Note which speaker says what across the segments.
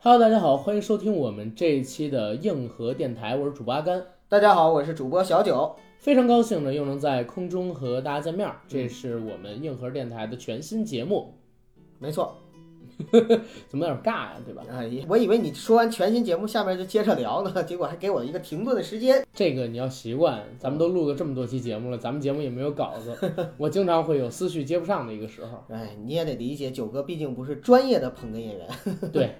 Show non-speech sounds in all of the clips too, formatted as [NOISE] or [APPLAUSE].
Speaker 1: Hello，大家好，欢迎收听我们这一期的硬核电台，我是主播阿甘，
Speaker 2: 大家好，我是主播小九。
Speaker 1: 非常高兴呢又能在空中和大家见面儿，这是我们硬核电台的全新节目， [LAUGHS]
Speaker 2: 没错，
Speaker 1: 怎么有点尬呀、对吧？
Speaker 2: 哎，我以为你说完全新节目，下面就接着聊呢， [LAUGHS] 结果还给我一个停顿的时间。
Speaker 1: 这个你要习惯，咱们都录了这么多期节目了，咱们节目也没有稿子，我经常会有思绪接不上的一个时候。
Speaker 2: 哎，你也得理解，九哥毕竟不是专业的捧哏演员。
Speaker 1: [LAUGHS] 对，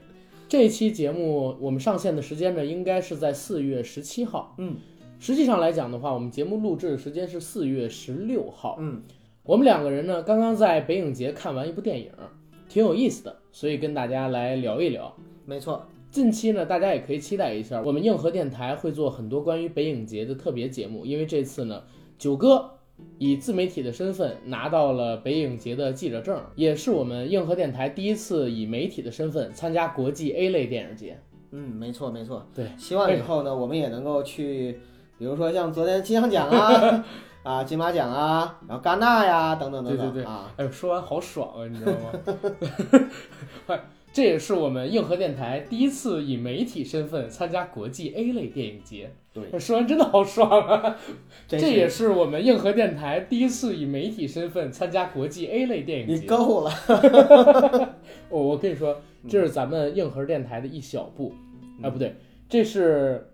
Speaker 1: 这期节目我们上线的时间呢，应该是在四月十七号。
Speaker 2: 嗯，
Speaker 1: 实际上来讲的话，我们节目录制的时间是四月十六号。
Speaker 2: 嗯，
Speaker 1: 我们两个人呢，刚刚在北影节看完一部电影，挺有意思的，所以跟大家来聊一聊。
Speaker 2: 没错，
Speaker 1: 近期呢，大家也可以期待一下，我们硬核电台会做很多关于北影节的特别节目，因为这次呢，九哥以自媒体的身份拿到了北影节的记者证，也是我们硬核电台第一次以媒体的身份参加国际 A 类电影节。 [LAUGHS]
Speaker 2: 嗯，没错，没错。
Speaker 1: 对，
Speaker 2: 希望以后呢，我们也能够去，比如说像昨天金像
Speaker 1: [LAUGHS]
Speaker 2: 奖啊，啊金马奖啊，然后戛纳呀，等等等等
Speaker 1: 对对对
Speaker 2: 啊。
Speaker 1: 哎呦，说完好爽啊，你知道吗？ [LAUGHS] 这也是我们硬核电台第一次以媒体身份参加国际 A 类电影节。 [LAUGHS]
Speaker 2: 对，
Speaker 1: 说完真的好爽啊！这
Speaker 2: 真
Speaker 1: 也是我们硬核电台第一次以媒体身份参加国际 A 类电影
Speaker 2: 你
Speaker 1: 节。
Speaker 2: 够了。
Speaker 1: 我、我跟你说，
Speaker 2: 嗯
Speaker 1: 这是咱们硬核电台的一小步，啊，不对，这是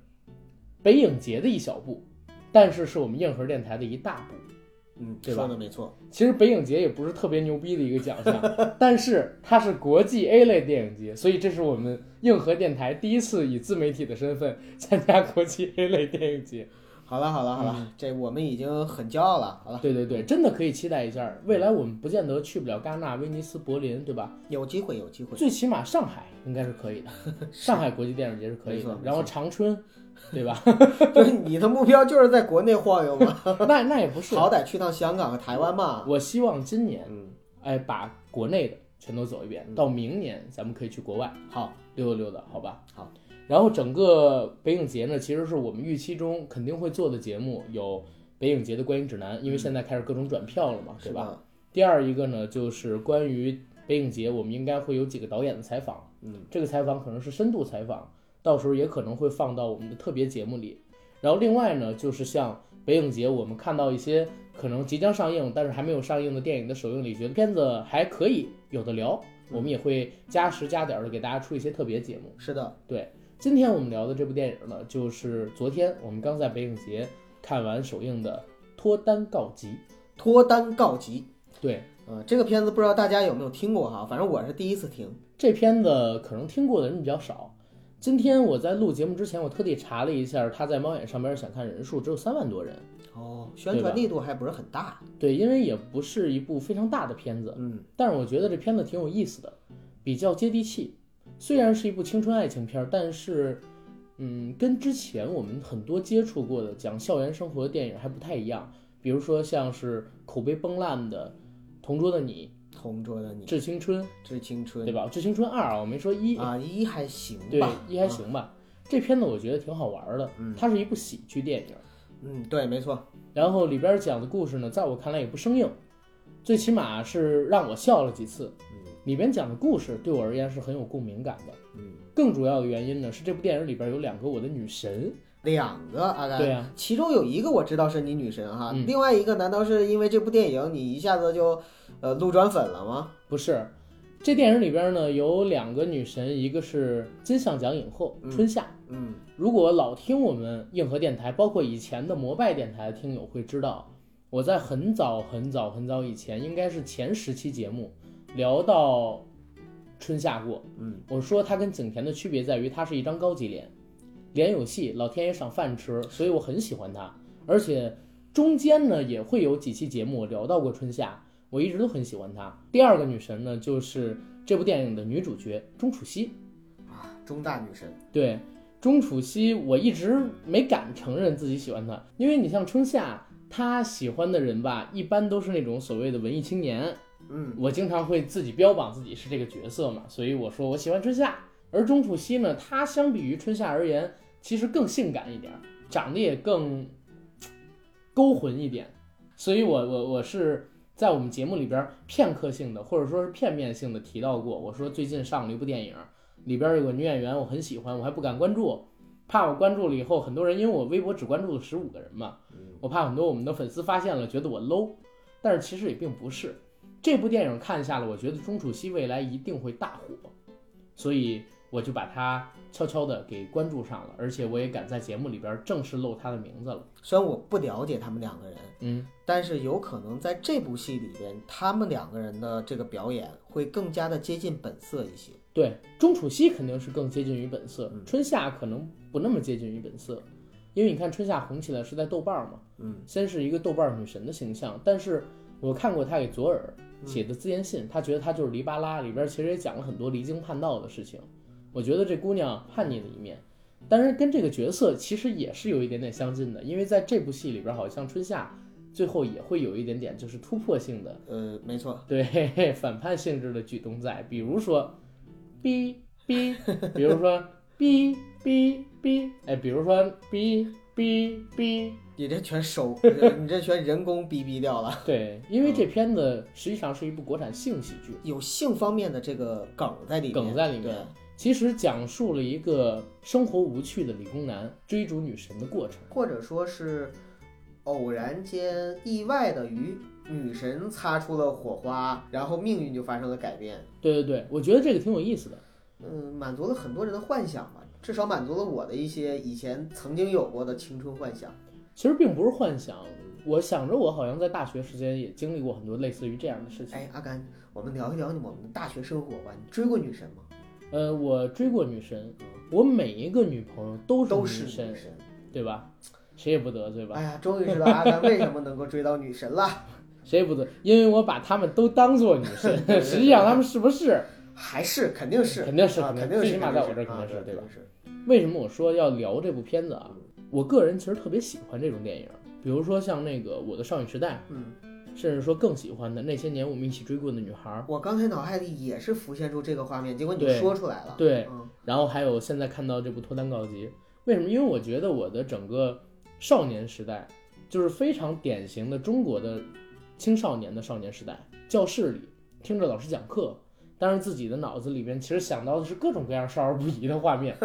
Speaker 1: 北影节的一小步，但是是我们硬核电台的一大步。
Speaker 2: 嗯，
Speaker 1: 对吧
Speaker 2: 说的没错。
Speaker 1: 其实北影节也不是特别牛逼的一个奖
Speaker 2: [LAUGHS]
Speaker 1: 项，但是它是国际 A 类电影节，所以这是我们硬核电台第一次以自媒体的身份 [LAUGHS] 参加国际 A 类电影节。
Speaker 2: 好了，好了，好了，这我们已经很骄傲了。好了，
Speaker 1: 嗯对对对，真的可以期待一下，未来我们不见得去不了戛纳、威尼斯、柏林，对吧？
Speaker 2: 有机会，有机会。
Speaker 1: 最起码上海应该是可
Speaker 2: [LAUGHS]
Speaker 1: 以的，上海国际电影节是可以
Speaker 2: 没错
Speaker 1: 的
Speaker 2: 没，错
Speaker 1: 然后长
Speaker 2: [LAUGHS]
Speaker 1: 春，对吧？ [LAUGHS]
Speaker 2: 就是你的目标就是在国内晃悠吗？
Speaker 1: 那那也不是，
Speaker 2: 好歹去趟香港和台湾嘛。
Speaker 1: 我希望今年
Speaker 2: 嗯，
Speaker 1: 哎把国内的全都走一遍，到明年咱们可以去国外。
Speaker 2: 好，
Speaker 1: 溜达溜达，好吧？
Speaker 2: 好。
Speaker 1: 然后整个北影节呢，其实是我们预期中肯定会做的节目，有北影节的观影指南，因为现在开始各种转票了嘛，
Speaker 2: 嗯是
Speaker 1: 对吧？
Speaker 2: 吧？
Speaker 1: 第二一个呢，就是关于北影节，我们应该会有几个导演的采访，
Speaker 2: 嗯，
Speaker 1: 这个采访可能是深度采访，到时候也可能会放到我们的特别节目里。然后另外呢，就是像北影节，我们看到一些可能即将上映但是还没有上映的电影的首映礼，觉得片子还可以，有的聊，我们也会加时加点的给大家出一些特别节目。
Speaker 2: 是的，
Speaker 1: 今天我们聊的这部电影呢，就是昨天我们刚在北影节看完首映的《脱单告急》。
Speaker 2: 脱单告急。
Speaker 1: 对，
Speaker 2: 嗯，这个片子不知道大家有没有听过哈，反正我是第一次听。
Speaker 1: 这片子可能听过的人比较少。今天我在录节目之前，我特地查了一下，他在猫眼上边想看人数只有三万多人。
Speaker 2: 哦，宣传力度还不是很大。
Speaker 1: 对，因为也不是一部非常大的片子，
Speaker 2: 嗯，
Speaker 1: 但是我觉得这片子挺有意思的，比较接地气。虽然是一部青春爱情片儿，但是，嗯，跟之前我们很多接触过的讲校园生活的电影还不太一样。比如说像是口碑崩烂的《同桌的你
Speaker 2: 同桌的》
Speaker 1: 《
Speaker 2: 你，
Speaker 1: 致青春》，
Speaker 2: 致青春，
Speaker 1: 对吧？《致青春二》啊，我没说一，
Speaker 2: 啊，一还行
Speaker 1: 对
Speaker 2: 吧，，
Speaker 1: 一还
Speaker 2: 啊。
Speaker 1: 行吧。这片子我觉得挺好玩儿的，它是一部喜剧电影。
Speaker 2: 嗯，对，没错。
Speaker 1: 然后里边讲的故事呢，在我看来也不生硬，最起码是让我笑了几次。里边讲的故事对我而言是很有共鸣感的。
Speaker 2: 嗯，
Speaker 1: 更主要的原因呢是这部电影里边有两个我的女神。
Speaker 2: 两个阿甘，
Speaker 1: 对啊呀、
Speaker 2: 其中有一个我知道是你女神哈，
Speaker 1: 嗯
Speaker 2: 另外一个难道是因为这部电影你一下子就，呃，路转粉了吗？
Speaker 1: 不是，这电影里边呢有两个女神，一个是金像奖影后
Speaker 2: 嗯
Speaker 1: 春夏。
Speaker 2: 嗯，
Speaker 1: 如果老听我们硬核电台，包括以前的摩拜电台的听友会知道，我在很早很早很早以前，应该是前十期节目聊到春夏过。
Speaker 2: 嗯，
Speaker 1: 我说它跟景甜的区别在于，它是一张高级脸，脸有戏，老天爷赏饭吃，所以我很喜欢它。而且中间呢也会有几期节目我聊到过春夏，我一直都很喜欢她。第二个女神呢，就是这部电影的女主角钟楚曦。
Speaker 2: 啊，中大女神，
Speaker 1: 对，钟楚曦，我一直没敢承认自己喜欢她，因为你像春夏，她喜欢的人吧，一般都是那种所谓的文艺青年。
Speaker 2: 嗯，
Speaker 1: 我经常会自己标榜自己是这个角色嘛，所以我说我喜欢春夏。而钟楚曦呢，她相比于春夏而言，其实更性感一点儿，长得也更勾魂一点，所以我我我是在我们节目里边片刻性的或者说是片面性的提到过，我说最近上了一部电影里边有个女演员，我很喜欢，我还不敢关注，怕我关注了以后很多人，因为我微博只关注了十五个人嘛，我怕很多我们的粉丝发现了，觉得我 low，但是其实也并不是。这部电影看下来，我觉得钟楚曦未来一定会大火，所以我就把她悄悄的给关注上了，而且我也敢在节目里边正式露她的名字了。
Speaker 2: 虽然我不了解他们两个人，
Speaker 1: 嗯，
Speaker 2: 但是有可能在这部戏里边，他们两个人的这个表演会更加的接近本色一些。
Speaker 1: 对，钟楚曦肯定是更接近于本色
Speaker 2: 嗯，
Speaker 1: 春夏可能不那么接近于本色，因为你看春夏红起来是在豆瓣儿嘛，
Speaker 2: 嗯，
Speaker 1: 先是一个豆瓣儿女神的形象，但是我看过她给左耳
Speaker 2: 嗯
Speaker 1: 写的自荐信，她觉得她就是黎巴拉，里边儿其实也讲了很多离经叛道的事情，我觉得这姑娘叛逆的一面。但是跟这个角色其实也是有一点点相近的，因为在这部戏里边儿，好像春夏最后也会有一点点就是突破性的
Speaker 2: 呃，没 [LAUGHS] 错，
Speaker 1: 对反叛性质的举动在，比如说，哔哔，比如说哔哔哔，哎，比如说哔哔哔，
Speaker 2: 你这全手， [LAUGHS] 你这全人工逼逼掉了。
Speaker 1: 对，因为这
Speaker 2: 嗯
Speaker 1: 片子实际上是一部国产性喜剧，
Speaker 2: 有性方面的这个梗在里面，
Speaker 1: 梗在里面
Speaker 2: 对，
Speaker 1: 其实讲述了一个生活无趣的理工男追逐女神的过程。
Speaker 2: 或者说是偶然间意外的与女神擦出了火花，然后命运就发生了改变。
Speaker 1: 对对对，我觉得这个挺有意思的。
Speaker 2: 嗯，满足了很多人的幻想吧，至少满足了我的一些以前曾经有过的青春幻想。
Speaker 1: 其实并不是幻想，我想着我好像在大学时间也经历过很多类似于这样的事情。
Speaker 2: 哎，阿甘，我们聊一聊你我们的大学生活吧。你追过女神吗？
Speaker 1: 呃，我追过女神，我每一个女朋友都是
Speaker 2: 都
Speaker 1: 女
Speaker 2: 是
Speaker 1: 神，
Speaker 2: 女神。
Speaker 1: 对吧？谁也不得罪吧？
Speaker 2: 哎呀，终于知道阿甘为什么能够追到女神了，
Speaker 1: 谁也不得，因为我把她们都当做女
Speaker 2: 对
Speaker 1: 神，实际上她们是不是？
Speaker 2: 还是肯定是
Speaker 1: 肯定是
Speaker 2: 啊，
Speaker 1: 肯定是
Speaker 2: 定
Speaker 1: 最
Speaker 2: 是，
Speaker 1: 起码在我这儿肯定
Speaker 2: 啊
Speaker 1: 是
Speaker 2: 对
Speaker 1: 对吧
Speaker 2: 肯定是
Speaker 1: 为什么我说要聊这部片子啊？我个人其实特别喜欢这种电影，比如说像那个《我的少女时代
Speaker 2: 嗯，》，
Speaker 1: 甚至说更喜欢的《那些年我们一起追过的女孩》，
Speaker 2: 我刚才脑海里也是浮现出这个画面，结果你
Speaker 1: 对
Speaker 2: 说出来了。
Speaker 1: 对
Speaker 2: 嗯
Speaker 1: 然后还有现在看到这部《脱单告急》，为什么？因为我觉得我的整个少年时代就是非常典型的中国的青少年的少年时代，教室里听着老师讲课，但是自己的脑子里边其实想到的是各种各样少儿不宜的画面。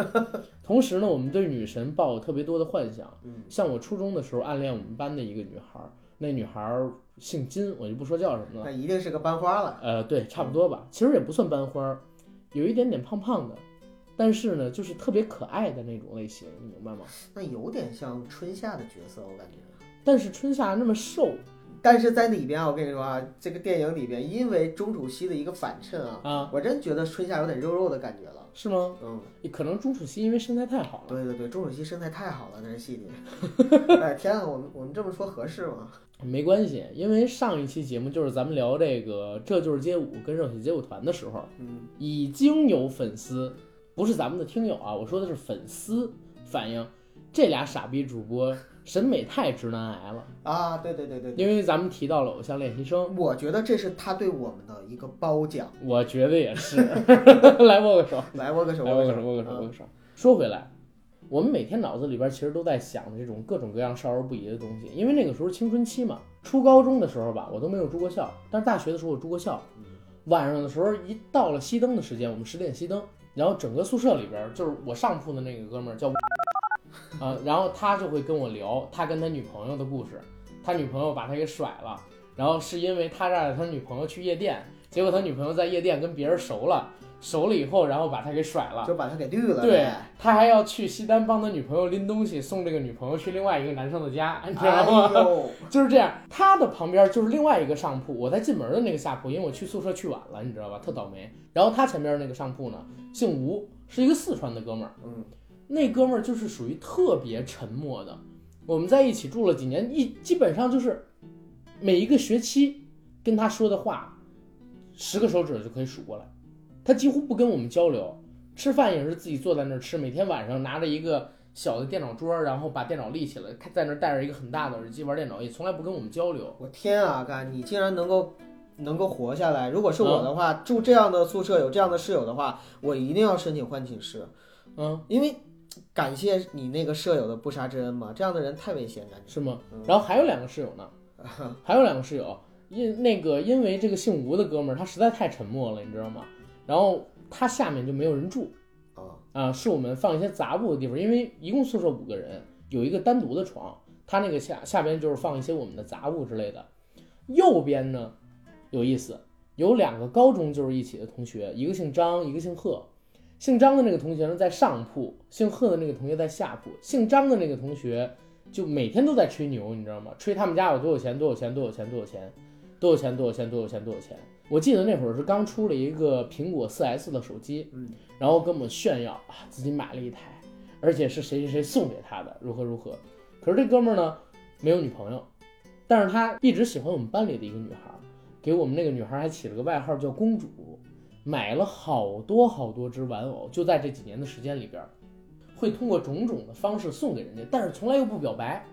Speaker 1: 同时呢，我们对女神抱有特别多的幻想。
Speaker 2: 嗯
Speaker 1: 像我初中的时候暗恋我们班的一个女孩儿，那女孩儿姓金，我就不说叫什么了
Speaker 2: 那。一定是个班花了。
Speaker 1: 呃，对，
Speaker 2: 嗯
Speaker 1: 差不多吧。其实也不算班花儿，有一点点胖胖的，但是呢，就是特别可爱的那种类型，你明白吗？
Speaker 2: 那有点像春夏的角色，我感觉。
Speaker 1: 但是春夏那么瘦
Speaker 2: 但是在里边啊，我跟你说啊，这个电影里边，因为钟楚曦的一个反衬啊，
Speaker 1: 啊，
Speaker 2: 我真觉得春夏有点肉肉的感觉了。
Speaker 1: 是吗？
Speaker 2: 嗯，
Speaker 1: 可能钟楚曦因为身材太好了，
Speaker 2: 对对对，钟楚曦身材太好了，在这戏里。 [LAUGHS] 哎，天啊，我们我们这么说合适吗？
Speaker 1: 没关系，因为上一期节目就是咱们聊这个《这就是街舞》跟《热血街舞团》的时候，
Speaker 2: 嗯，
Speaker 1: 已经有粉丝，不是咱们的听友啊，我说的是粉丝反映这俩傻逼主播审美太直男癌了，
Speaker 2: 啊，对对对对对，
Speaker 1: 因为咱们提到了《偶像练习生》。
Speaker 2: 我觉得这是他对我们的一个褒奖。
Speaker 1: 我觉得也是，来握个手，
Speaker 2: 来握个手，
Speaker 1: 来握个手，
Speaker 2: 手，
Speaker 1: 握个手，
Speaker 2: 啊
Speaker 1: 握个手。说回来，我们每天脑子里边其实都在想这种各种各样少儿不宜的东西，因为那个时候青春期嘛，初高中的时候吧，我都没有住过校，但是大学的时候我住过校。晚上的时候一到了熄灯的时间，我们十点熄灯，然后整个宿舍里边就是我上铺的那个哥们儿叫，啊，然后他就会跟我聊他跟他女朋友的故事，他女朋友把他给甩了，然后是因为他让他女朋友去夜店，结果他女朋友在夜店跟别人熟了，熟了以后，然后把他给甩了。
Speaker 2: 啊就把他给绿了。
Speaker 1: 对
Speaker 2: 哎
Speaker 1: 他还要去西单帮他女朋友拎东西，送这个女朋友去另外一个男生的家， [LAUGHS] 你知道吗？
Speaker 2: 哎呦，
Speaker 1: 就是这样，他的旁边就是另外一个上铺，我在进门的那个下铺，因为我去宿舍去晚了，你知道吧，特倒霉。然后他前边那个上铺呢，姓吴，是一个四川的哥们儿，
Speaker 2: 嗯，
Speaker 1: 那哥们儿就是属于特别沉默的。我们在一起住了几年，一基本上就是每一个学期跟他说的话，十个手指就可以数过来。他几乎不跟我们交流，吃饭也是自己坐在那儿吃，每天晚上拿着一个小的电脑桌，然后把电脑立起来，看在那儿戴着一个很大的耳机玩电脑，也从来不跟我们交流。
Speaker 2: 我天啊，干，你竟然能够能够活下来！如果是我的
Speaker 1: 嗯
Speaker 2: 话，住这样的宿舍，有这样的室友的话，我一定要申请换寝室，
Speaker 1: 嗯，
Speaker 2: 因为感谢你那个舍友的不杀之恩嘛，这样的人太危险，感觉。
Speaker 1: 是吗
Speaker 2: 嗯？
Speaker 1: 然后还有两个室友
Speaker 2: [LAUGHS]
Speaker 1: 呢，还有两个室友，因那个因为这个姓吴的哥们儿他实在太沉默了，你知道吗？然后他下面就没有人住，
Speaker 2: 啊，
Speaker 1: 啊，是我们放一些杂物的地方，因为一共宿舍五个人，有一个单独的床，它那个下下边就是放一些我们的杂物之类的。右边呢，有意思，有两个高中就是一起的同学，一个姓张，一个姓贺。姓张的那个同学呢在上铺，姓贺的那个同学在下铺。姓张的那个同学就每天都在吹牛，你知道吗？吹他们家有多有钱，多有钱，多有钱，多有钱，多有钱，多有钱，多有钱，多有钱。我记得那会儿是刚出了一个苹果 4S 的手机，
Speaker 2: 嗯，
Speaker 1: 然后跟我们炫耀啊自己买了一台，而且是谁谁谁送给他的，如何如何。可是这哥们儿呢没有女朋友，但是他一直喜欢我们班里的一个女孩儿，给我们那个女孩儿还起了个外号叫公主，买了好多好多只玩偶，就在这几年的时间里边儿，会通过种种的方式送给人家，但是从来又不表白。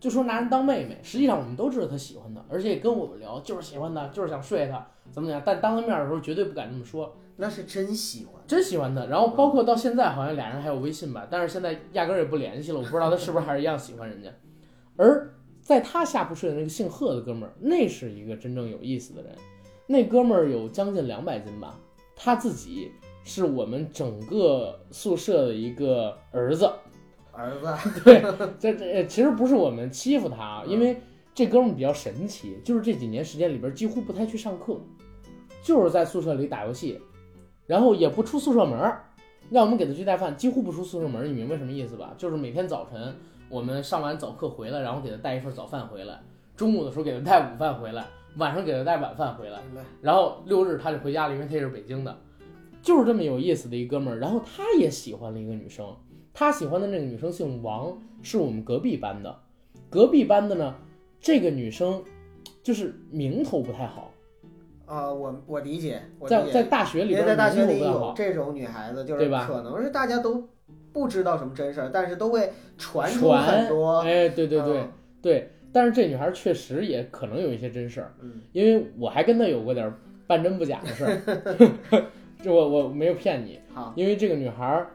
Speaker 1: 就说拿人当妹妹，实际上我们都知道他喜欢她，而且也跟我们聊，就是喜欢她，就是想睡她，怎么讲？但当着面的时候绝对不敢这么说，
Speaker 2: 那是真喜欢。
Speaker 1: 真喜欢他。然后包括到现在，好像俩人还有微信吧，但是现在压根儿也不联系了。我不知道他是不是还是一样喜欢人家。而在他下铺睡的那个姓贺的哥们儿，那是一个真正有意思的人。那哥们儿有将近两百斤吧，他自己是我们整个宿舍的一个儿子。
Speaker 2: 儿子，
Speaker 1: [LAUGHS] 这这呃其实不是我们欺负他啊，
Speaker 2: 嗯
Speaker 1: 因为这哥们儿比较神奇，就是这几年时间里边几乎不太去上课，就是在宿舍里打游戏，然后也不出宿舍门儿，让我们给他去带饭，几乎不出宿舍门儿，你明白什么意思吧？就是每天早晨我们上完早课回来，然后给他带一份早饭回来，中午的时候给他带午饭回来，晚上给他带晚饭回来。
Speaker 2: 明白
Speaker 1: 然后六日他就回家了，因为他也是北京的，就是这么有意思的一哥们儿。然后他也喜欢了一个女生，他喜欢的那个女生姓王，是我们隔壁班的。隔壁班的呢，这个女生就是名头不太好，
Speaker 2: 啊，我我理解，我
Speaker 1: 在
Speaker 2: 理
Speaker 1: 在
Speaker 2: 解。
Speaker 1: 大学里
Speaker 2: 因为
Speaker 1: 边
Speaker 2: 在大学
Speaker 1: 名
Speaker 2: 里
Speaker 1: 头不太
Speaker 2: 有
Speaker 1: 好，
Speaker 2: 这种女孩子，就
Speaker 1: 对
Speaker 2: 是
Speaker 1: 吧
Speaker 2: 可能是大家都不知道什么真事儿，但是都会传出
Speaker 1: 传
Speaker 2: 很多。
Speaker 1: 哎，对对对、
Speaker 2: 嗯
Speaker 1: 对。但是这女孩确实也可能有一些真事儿，
Speaker 2: 嗯，
Speaker 1: 因为我还跟她有过点儿半真不假的事儿， [LAUGHS] 这我我没有骗你，
Speaker 2: 好，
Speaker 1: 因为这个女孩儿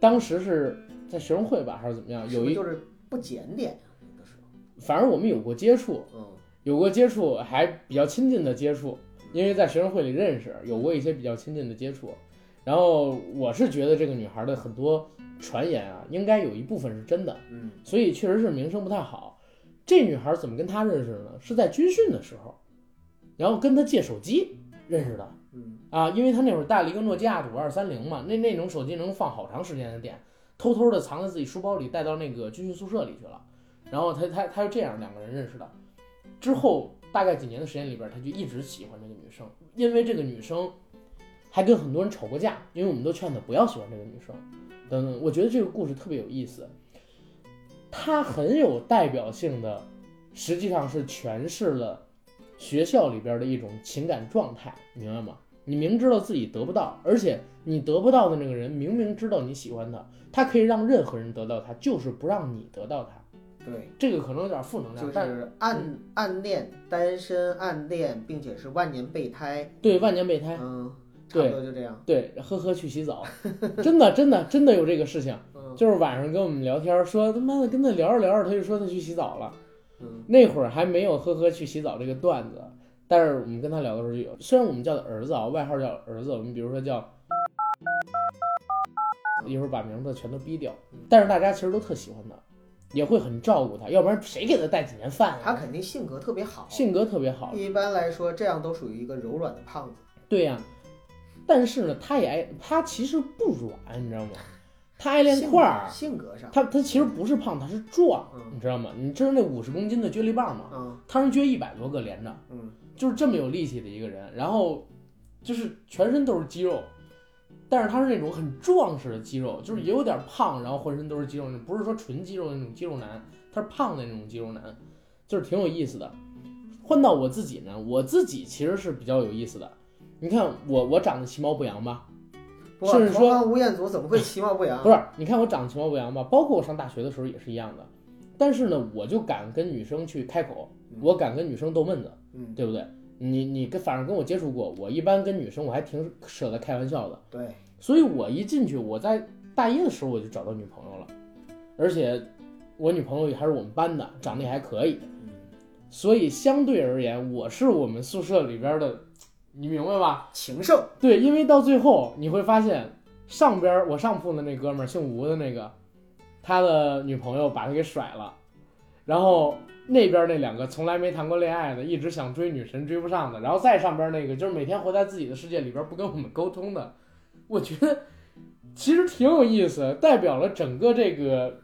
Speaker 1: 当时是在学生会吧，还是怎么样？
Speaker 2: 是
Speaker 1: 嗯
Speaker 2: 不
Speaker 1: 有
Speaker 2: 是
Speaker 1: 一，
Speaker 2: 就是不检点啊有的时候，
Speaker 1: 反正我们有过接触，
Speaker 2: 嗯
Speaker 1: 有过接触，还比较亲近的接触，因为在学生会里认识，有过一些比较亲近的接触。然后我是觉得这个女孩儿的很多传言啊，应该有一部分是真的，
Speaker 2: 嗯，
Speaker 1: 所以确实是名声不太好。这女孩儿怎么跟他认识的呢？是在军训的时候，然后跟他借手机认识的。
Speaker 2: 嗯，
Speaker 1: 啊，因为他那会儿带了一个诺基亚五二三零嘛，那那种手机能放好长时间的电，偷偷的藏在自己书包里，带到那个军训宿舍里去了。然后他他他就这样两个人认识的，之后大概几年的时间里边，他就一直喜欢这个女生，因为这个女生还跟很多人吵过架，因为我们都劝他不要喜欢这个女生，等等。我觉得这个故事特别有意思，它很有代表性的，实际上是诠释了学校里边的一种情感状态，明白吗？你明知道自己得不到，而且你得不到的那个人明明知道你喜欢他，他可以让任何人得到他，就是不让你得到他。
Speaker 2: 对，
Speaker 1: 这个可能有点负能量，
Speaker 2: 就
Speaker 1: 但
Speaker 2: 是暗暗恋、单身、暗恋，并且是万年备胎，
Speaker 1: 对万年备胎，
Speaker 2: [LAUGHS] 嗯，差
Speaker 1: 对
Speaker 2: 不多就这样，
Speaker 1: 对呵呵去洗澡， [LAUGHS] 真的真的真的有这个事情，
Speaker 2: 嗯
Speaker 1: 就是晚上跟我们聊天说他妈的跟他聊着聊着他就说他去洗澡了，
Speaker 2: 嗯
Speaker 1: 那会儿还没有呵呵去洗澡这个段子，但是我们跟他聊的时候就有，虽然我们叫他儿子啊，外号叫儿子，我们比如说叫。一会儿把名字全都逼掉，但是大家其实都特喜欢他，也会很照顾他，要不然谁给他带几年饭
Speaker 2: 他
Speaker 1: 啊？
Speaker 2: 肯定性格特别好，
Speaker 1: 性格特别好，
Speaker 2: 一般来说这样都属于一个柔软的胖子，
Speaker 1: 对呀、但是呢，他也爱他其实不软，你知道吗？他爱练
Speaker 2: 性
Speaker 1: 块儿，
Speaker 2: 性格上，
Speaker 1: 他他其实不是胖，他是壮，
Speaker 2: 嗯
Speaker 1: 你知道吗？你知道那五十公斤的撅力棒吗？
Speaker 2: 嗯
Speaker 1: 他能撅一百多个连着，
Speaker 2: 嗯，
Speaker 1: 就是这么有力气的一个人。然后就是全身都是肌肉，但是他是那种很壮实的肌肉，就是也有点胖，然后浑身都是肌肉，不是说纯肌肉那种肌肉男，他是胖的那种肌肉男，就是挺有意思的。换到我自己呢，我自己其实是比较有意思的。你看我我长得其貌不扬吧，
Speaker 2: 哇
Speaker 1: 甚至
Speaker 2: 同
Speaker 1: 说
Speaker 2: 行吴彦祖怎么会其貌不扬
Speaker 1: 不？是？你看我长得其貌不扬吧，包括我上大学的时候也是一样的。但是呢，我就敢跟女生去开口，我敢跟女生逗闷子，
Speaker 2: 嗯，
Speaker 1: 对不对？你你跟反正跟我接触过，我一般跟女生我还挺舍得开玩笑的，
Speaker 2: 对，
Speaker 1: 所以我一进去，我在大一的时候我就找到女朋友了，而且我女朋友也还是我们班的，长得也还可以，
Speaker 2: 嗯，
Speaker 1: 所以相对而言，我是我们宿舍里边的，你明白吧？
Speaker 2: 情圣，
Speaker 1: 对，因为到最后你会发现，上边儿我上铺的那哥们儿姓吴的那个，他的女朋友把他给甩了，然后那边那两个从来没谈过恋爱的，一直想追女神追不上的，然后再上边那个就是每天活在自己的世界里边不跟我们沟通的，我觉得其实挺有意思，代表了整个这个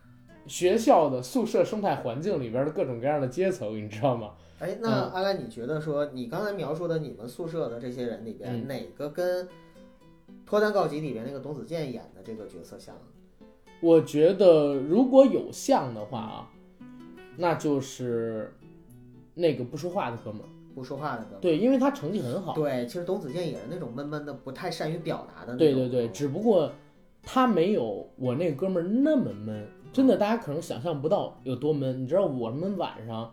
Speaker 1: 学校的宿舍生态环境里边的各种各样的阶层，你知道吗？
Speaker 2: 哎，那
Speaker 1: 嗯
Speaker 2: 阿兰，你觉得说你刚才描述的你们宿舍的这些人里边，
Speaker 1: 嗯
Speaker 2: 哪个跟《脱单告急》里边那个董子健演的这个角色像？
Speaker 1: 我觉得如果有像的话啊，那就是那个不说话的哥们儿，
Speaker 2: 不说话的哥们儿
Speaker 1: 对，因为他成绩很好，
Speaker 2: 对，其实董子健也是那种闷闷的，不太善于表达的那种。
Speaker 1: 对对对，只不过他没有我那哥们儿那么闷，真的，大家可能想象不到有多闷。你知道我们晚上，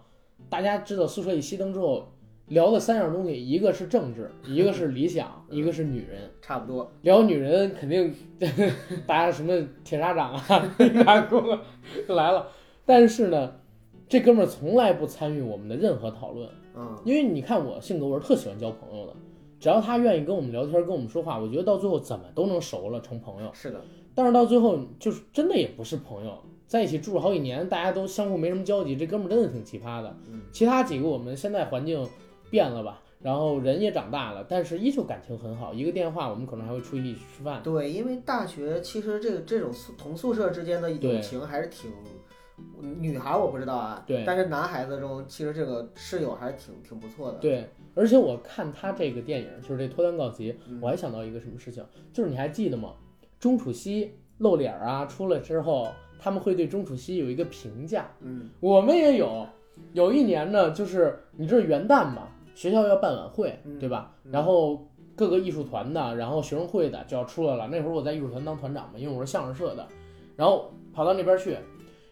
Speaker 1: 大家知道宿舍一熄灯之后聊的三样东西，一个是政治，一个是理想，一个是女人。
Speaker 2: 差不多。
Speaker 1: 聊女人肯定 [LAUGHS] 大家什么铁砂掌啊、 [LAUGHS] 黑卡工啊就来了，但是呢，这哥们儿从来不参与我们的任何讨论，
Speaker 2: 嗯，
Speaker 1: 因为你看我性格，我是特喜欢交朋友的，只要他愿意跟我们聊天、跟我们说话，我觉得到最后怎么都能熟了成朋友。
Speaker 2: 是的，
Speaker 1: 但是到最后就是真的也不是朋友，在一起住了好几年，大家都相互没什么交集，这哥们儿真的挺奇葩的。
Speaker 2: 嗯
Speaker 1: 其他几个我们现在环境变了吧，然后人也长大了，但是依旧感情很好，一个电话我们可能还会出去一起吃饭。
Speaker 2: 对，因为大学其实这个这种宿同宿舍之间的友
Speaker 1: 对
Speaker 2: 情还是挺，嗯女孩我不知道啊，
Speaker 1: 对
Speaker 2: 但是男孩子中其实这个室友还是挺挺不错的。，
Speaker 1: 对，而且我看他这个电影，就是这《脱单告急》，
Speaker 2: 嗯
Speaker 1: 我还想到一个什么事情，就是你还记得吗？钟楚曦露脸儿啊，出来之后，他们会对钟楚曦有一个评价，
Speaker 2: 嗯
Speaker 1: 我们也有，有一年呢，就是你这元旦嘛，学校要办晚会，
Speaker 2: 嗯
Speaker 1: 对吧？
Speaker 2: 嗯
Speaker 1: 然后各个艺术团的，然后学生会的就要出来了。那会儿我在艺术团当团长嘛，因为我是相声社的，然后跑到那边去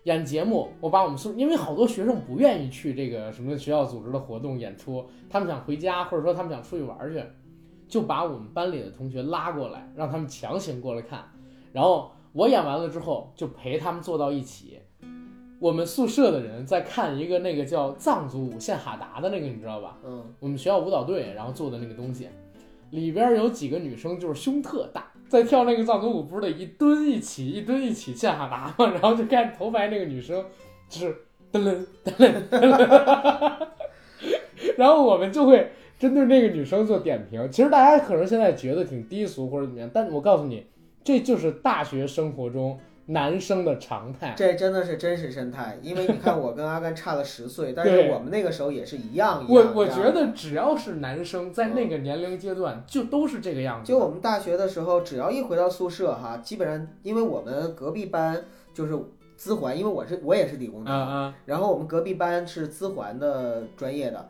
Speaker 1: 演节目。我把我们宿，因为好多学生不愿意去这个什么学校组织的活动演出，他们想回家，或者说他们想出去玩儿去，就把我们班里的同学拉过来，让他们强行过来看。然后我演完了之后，就陪他们坐到一起。我们宿舍的人在看一个那个叫藏族舞献哈达的那个，你知道吧？
Speaker 2: 嗯，
Speaker 1: 我们学校舞蹈队然后做的那个东西，里边有几个女生就是胸特大，在跳那个藏族舞，不是得一蹲一起，一蹲一起献哈达嘛？然后就看头排那个女生就是噔噔噔 [LAUGHS] 噔，然后我们就会针对那个女生做点评。其实大家可能现在觉得挺低俗或者怎么样，但我告诉你，这就是大学生活中男生的常态。
Speaker 2: 这真的是真实生态，因为你看我跟阿甘差了十岁，但是
Speaker 1: 对
Speaker 2: 我们那个时候也是一样一样。
Speaker 1: 我我
Speaker 2: 一样嗯
Speaker 1: 觉得只要是男生在那个年龄阶段，就都是这个样子
Speaker 2: 就。我们大学的时候，只要一回到宿舍哈，基本上因为我们隔壁班就是资环，因为我是我也是理工
Speaker 1: 啊
Speaker 2: 男，
Speaker 1: 啊，
Speaker 2: 然后我们隔壁班是资环的专业的，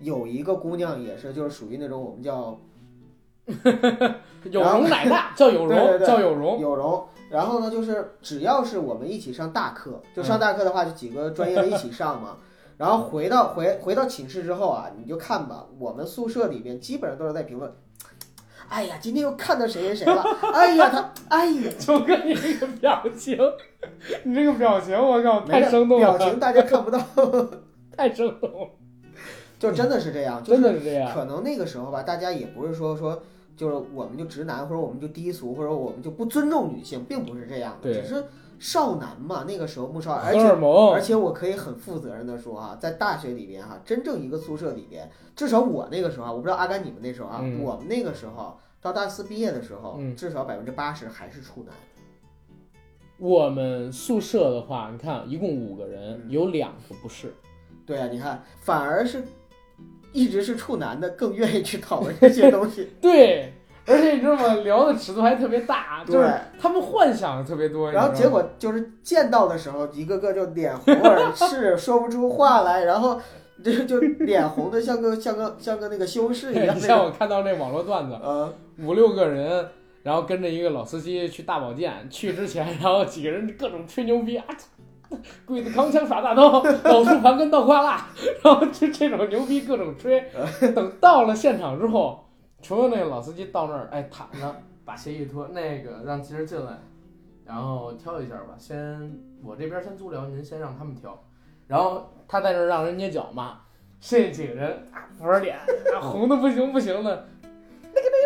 Speaker 2: 有一个姑娘也是就是属于那种我们叫
Speaker 1: 有容乃大，叫有
Speaker 2: 对对
Speaker 1: 容，
Speaker 2: 对
Speaker 1: 叫有容。 [LAUGHS]
Speaker 2: 有容。然后呢，就是只要是我们一起上大课，就上大课的话，就几个专业的一起
Speaker 1: [LAUGHS]
Speaker 2: 上嘛。然后回到回回到寝室之后啊，你就看吧，我们宿舍里边基本上都是在评论，哎呀，今天又看到谁谁谁了，哎呀他，哎呀，
Speaker 1: 就跟你这个表情，你这个表情，我靠，
Speaker 2: 没
Speaker 1: 太
Speaker 2: 事
Speaker 1: 生动啊
Speaker 2: 表
Speaker 1: 了，
Speaker 2: 情大家看不到，
Speaker 1: 太生动了，
Speaker 2: 就真的是
Speaker 1: [LAUGHS]
Speaker 2: 这样，就
Speaker 1: 真
Speaker 2: 是
Speaker 1: 的是这样。
Speaker 2: 可能那个时候吧，大家也不是说说就是我们就直男，或者我们就低俗，或者我们就不尊重女性，并不是这样的，
Speaker 1: 对
Speaker 2: 只是少男嘛，那个时候不少，
Speaker 1: 荷
Speaker 2: 而且。
Speaker 1: 尔蒙
Speaker 2: 而，且我可以很负责任的说啊，在大学里边哈、真正一个宿舍里边，至少我那个时候啊，我不知道阿甘你们那时候啊，
Speaker 1: 嗯
Speaker 2: 我们那个时候到大四毕业的时候，
Speaker 1: 嗯
Speaker 2: 至少百分之八十还是处男。
Speaker 1: 我们宿舍的话，你看一共五个人，
Speaker 2: 嗯
Speaker 1: 有两个不是，
Speaker 2: 对啊，你看，反而是一直是处男的更愿意去讨论这些东西。
Speaker 1: 对。而且你知道吗？聊的尺度还特别大，
Speaker 2: 对
Speaker 1: [LAUGHS] 就是他们幻想特别多。
Speaker 2: 然后
Speaker 1: 你
Speaker 2: 结
Speaker 1: 知道吗
Speaker 2: 果就是见到的时候，一个个就脸红耳
Speaker 1: [LAUGHS]
Speaker 2: 赤，说不出话来，然后就就脸红的像个像个像个那个修士一样
Speaker 1: [LAUGHS] 你
Speaker 2: 那
Speaker 1: 像
Speaker 2: 种。
Speaker 1: 我看到那网络段子，
Speaker 2: 呃，
Speaker 1: 五六个人，然后跟着一个老司机去大保健。去之前，然后几个人各种吹牛逼啊，鬼子扛枪耍大刀，老树盘根倒挂蜡， [LAUGHS] 然后就这种牛逼各种吹。等到了现场之后，除了那个老司机到那儿，哎，躺着把鞋一脱，那个让其实进来，然后挑一下吧，先我这边先足疗，您先让他们挑，然后他在那儿让人捏 [LAUGHS] 脚嘛。这几个人啊，扶着脸，啊红的不行不行的，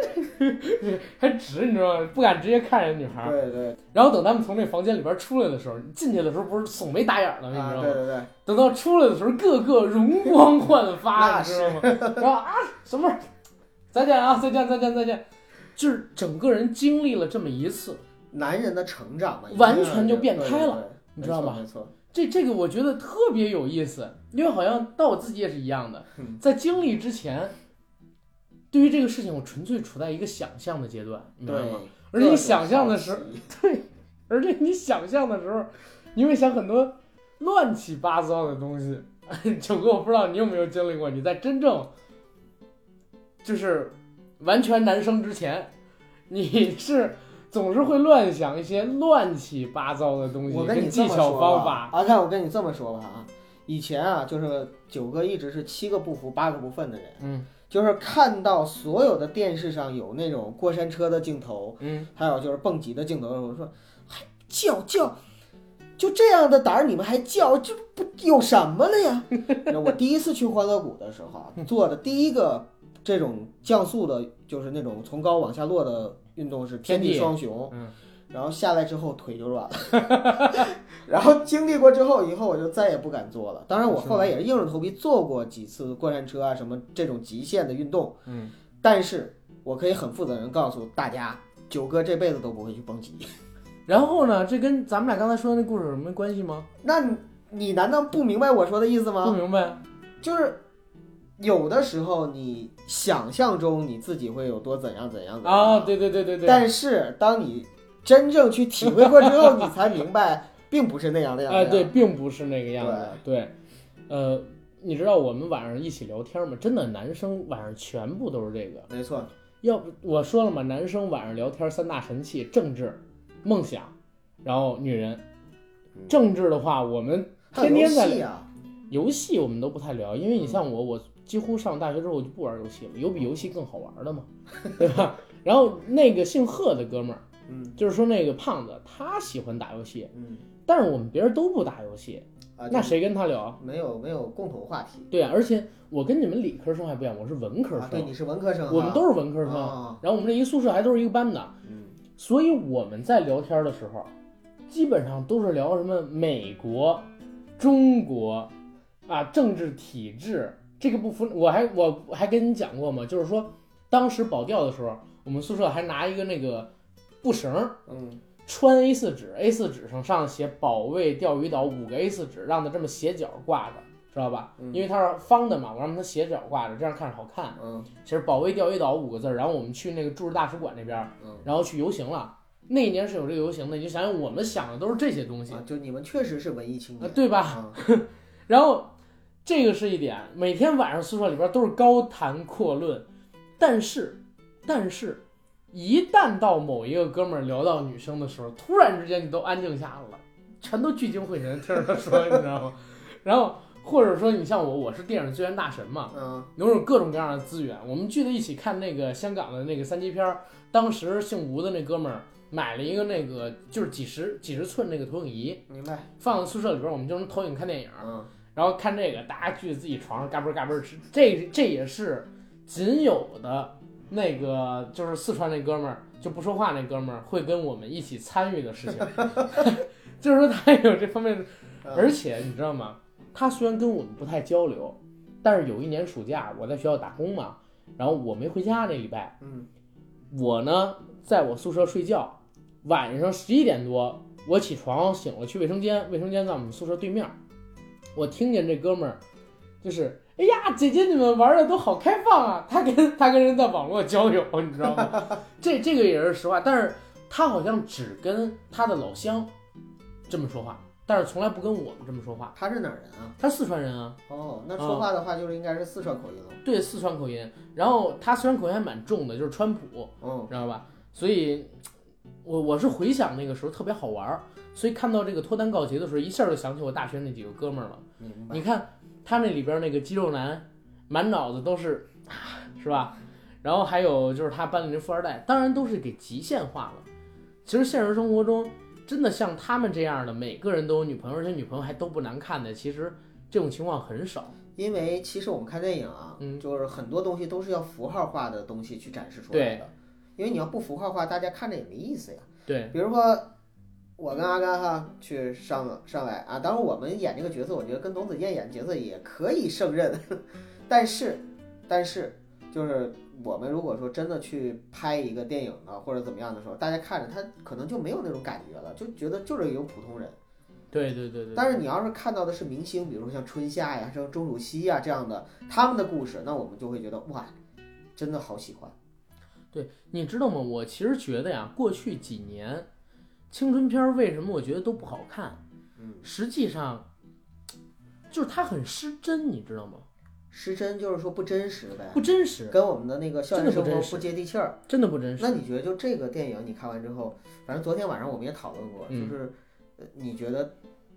Speaker 1: [LAUGHS] 还直，你知道吗？不敢直接看人女孩儿。
Speaker 2: 对啊对
Speaker 1: 然后等他们从那房间里边出来的时候，进去的时候不是耸眉打眼儿的，你知
Speaker 2: 啊，
Speaker 1: 道
Speaker 2: 对
Speaker 1: 吗？
Speaker 2: 对对，
Speaker 1: 等到出来的时候，个个容光焕发，
Speaker 2: 那
Speaker 1: 你知道吗？然后啊，什么事儿？再见啊，再见，再见，再见。就是整个人经历了这么一次，
Speaker 2: 男人的成长嘛，
Speaker 1: 完全就变
Speaker 2: 对
Speaker 1: 开，
Speaker 2: 对对对
Speaker 1: 你知道吗
Speaker 2: 没错，
Speaker 1: 这这个我觉得特别有意思，因为好像到我自己也是一样的
Speaker 2: 嗯，
Speaker 1: 在经历之前，对于这个事情我纯粹处在一个想象的阶段，你
Speaker 2: 没
Speaker 1: 知
Speaker 2: 错
Speaker 1: 道吗？
Speaker 2: 对，
Speaker 1: 而且你想象的时候，
Speaker 2: 各种好奇，
Speaker 1: 而且你想象的时候，你会想很多乱七八糟的东西。 [LAUGHS] 九哥，我不知道你有没有经历过，你在真正就是完全男生之前，你是总是会乱想一些乱七八糟的东西，
Speaker 2: 我跟你这
Speaker 1: 技
Speaker 2: 么
Speaker 1: 巧
Speaker 2: 说啊
Speaker 1: 方
Speaker 2: 吧
Speaker 1: 法，。
Speaker 2: 阿看我跟你这么说吧啊，以前啊，就是九哥一直是七个不服八个不忿的人，
Speaker 1: 嗯
Speaker 2: 就是看到所有的电视上有那种过山车的镜头，
Speaker 1: 嗯，
Speaker 2: 还有就是蹦极的镜头，我说还叫叫，就这样的胆儿你们还叫，这不有什么了呀？ [LAUGHS] 我第一次去欢乐谷的时候啊，做的第一个这种降速的，就是那种从高往下落的运动是天
Speaker 1: 天
Speaker 2: 地
Speaker 1: 地
Speaker 2: 双雄，
Speaker 1: 嗯
Speaker 2: 然后下来之后腿就软了， [LAUGHS] 然后经历过之后，以后我就再也不敢做了。当然，我
Speaker 1: 是
Speaker 2: 后来
Speaker 1: 吗
Speaker 2: 也是硬着头皮做过几次过山车啊什么这种极限的运动，
Speaker 1: 嗯，
Speaker 2: 但是我可以很负责任告诉大家，九哥这辈子都不会去蹦极。 [LAUGHS]
Speaker 1: 然后呢，这跟咱们俩刚才说的那故事有什么关系吗？
Speaker 2: 那你你难道不明白我说的意思
Speaker 1: 不
Speaker 2: 吗？
Speaker 1: 明白。
Speaker 2: 就是有的时候你想象中你自己会有多怎样怎样怎样
Speaker 1: 啊，对对对对对，
Speaker 2: 但是当你真正去体会过之后，你才明白并不是那样的样子。
Speaker 1: 哎，对，，并不是那个样子。对，呃，你知道我们晚上一起聊天吗？真的，男生晚上全部都是这个。
Speaker 2: 没错，
Speaker 1: 要不我说了嘛，男生晚上聊天三大神器：政治、梦想，然后女人。
Speaker 2: 嗯
Speaker 1: 政治的话，我们
Speaker 2: 还
Speaker 1: 天
Speaker 2: 有游
Speaker 1: 天在
Speaker 2: 戏
Speaker 1: 聊
Speaker 2: 啊，
Speaker 1: 游戏，我们都不太聊，因为你像我，我几乎上大学之后我就不玩游戏了。有比游戏更好玩
Speaker 2: [LAUGHS]
Speaker 1: 的吗？对吧？然后那个姓贺的哥们儿，
Speaker 2: 嗯
Speaker 1: 就是说那个胖子，他喜欢打游戏，
Speaker 2: 嗯
Speaker 1: 但是我们别人都不打游戏，
Speaker 2: 啊，
Speaker 1: 那
Speaker 2: 就
Speaker 1: 谁跟他聊啊？
Speaker 2: 没有没有共同话题
Speaker 1: 对啊，而且我跟你们理科生还不一样，我是文科
Speaker 2: 啊？对，
Speaker 1: 生，
Speaker 2: 你是文科生啊，
Speaker 1: 我们都是文科生。
Speaker 2: 啊，
Speaker 1: 然后我们这一宿舍还都是一个班的，
Speaker 2: 嗯
Speaker 1: 所以我们在聊天的时候，基本上都是聊什么美国、中国啊政治体制这个不服。我还我我还跟你讲过嘛，就是说当时保调的时候，我们宿舍还拿一个那个布绳儿
Speaker 2: 嗯
Speaker 1: 穿 A 4纸，A 4纸上上写“保卫钓鱼岛”五个 A 4纸，让它这么斜角挂着，知道吧？
Speaker 2: 嗯
Speaker 1: 因为它是方的嘛，我让它斜角挂着，这样看着好看。
Speaker 2: 嗯
Speaker 1: 其实“保卫钓鱼岛”五个字儿，然后我们去那个驻日大使馆那边，
Speaker 2: 嗯
Speaker 1: 然后去游行了。那一年是有这个游行的，你就想想我们想的都是这些东西，
Speaker 2: 啊，就你们确实是文艺青
Speaker 1: 啊
Speaker 2: 年，，
Speaker 1: 对吧？
Speaker 2: 啊，
Speaker 1: 然后这个是一点，每天晚上宿舍里边都是高谈阔论，但是，但是，一旦到某一个哥们儿聊到女生的时候，突然之间你都安静下来了，全都聚精会神地听着他说，你知道吗？ [LAUGHS] 然后或者说你像我，我是电影资源大神嘛，
Speaker 2: 嗯
Speaker 1: 拥有各种各样的资源。我们聚在一起看那个香港的那个三级片儿，当时姓吴的那哥们儿买了一个那个就是几十几十寸那个投影仪，
Speaker 2: 明白，
Speaker 1: 放在宿舍里边，我们就能投影看电影。
Speaker 2: 嗯
Speaker 1: 然后看这个，大家聚自己床上嘎嘣嘎嘣吃，这这也是仅有的那个就是四川那哥们儿就不说话那哥们儿会跟我们一起参与的事情， [LAUGHS] 就是说他也有这方面的，
Speaker 2: 嗯
Speaker 1: 而且你知道吗？他虽然跟我们不太交流，但是有一年暑假我在学校打工嘛，然后我没回家那礼拜，
Speaker 2: 嗯
Speaker 1: 我呢，在我宿舍睡觉，晚上十一点多，我起床醒了，去卫生间，卫生间在我们宿舍对面，我听见这哥们儿就是，哎呀，姐姐你们玩的都好开放啊，他跟他跟人在网络交友，你知道吗？ [LAUGHS] 这这个也是实话，但是他好像只跟他的老乡这么说话，但是从来不跟我们这么说话。
Speaker 2: 他是哪儿人啊？
Speaker 1: 他四川人啊，
Speaker 2: 哦，那说话的话就是应该是四川口音了。
Speaker 1: 对四川口音，然后他四川口音还蛮重的，就是川普，
Speaker 2: 嗯
Speaker 1: 知道吧？所以，我我是回想那个时候特别好玩儿，所以看到这个脱单告捷的时候，一下就想起我大学那几个哥们儿了。，
Speaker 2: 明白。
Speaker 1: 你看他那里边那个肌肉男，满脑子都是，啊是吧？然后还有就是他班里那富二代，当然都是给极限化了。其实现实生活中，真的像他们这样的，每个人都有女朋友，而且女朋友还都不难看的，其实这种情况很少。
Speaker 2: 因为其实我们看电影啊，
Speaker 1: 嗯
Speaker 2: 就是很多东西都是要符号化的东西去展示出来的。因为你要不符号化，大家看着也没意思呀。
Speaker 1: 对，
Speaker 2: 比如说，我跟阿甘哈去上上来啊，当然我们演这个角色，我觉得跟董子健演角色也可以胜任， [LAUGHS] 但是，但是就是我们如果说真的去拍一个电影呢，或者怎么样的时候，大家看着他可能就没有那种感觉了，就觉得就是一个普通人。
Speaker 1: 对对对对。
Speaker 2: 但是你要是看到的是明星，比如说像春夏呀、像钟楚曦呀这样的他们的故事，那我们就会觉得哇，真的好喜欢。
Speaker 1: 对，你知道吗？我其实觉得呀，过去几年青春片儿为什么我觉得都不好看？
Speaker 2: 嗯，
Speaker 1: 实际上就是它很失真，你知道吗？
Speaker 2: 失真就是说不真实呗，
Speaker 1: 不真实，
Speaker 2: 跟我们的那个校园
Speaker 1: 真的
Speaker 2: 生
Speaker 1: 不
Speaker 2: 活
Speaker 1: 真实
Speaker 2: 不接地气儿。
Speaker 1: 真的不真实。
Speaker 2: 那你觉得就这个电影你看完之后，反正昨天晚上我们也讨论过，
Speaker 1: 嗯
Speaker 2: 就是呃你觉得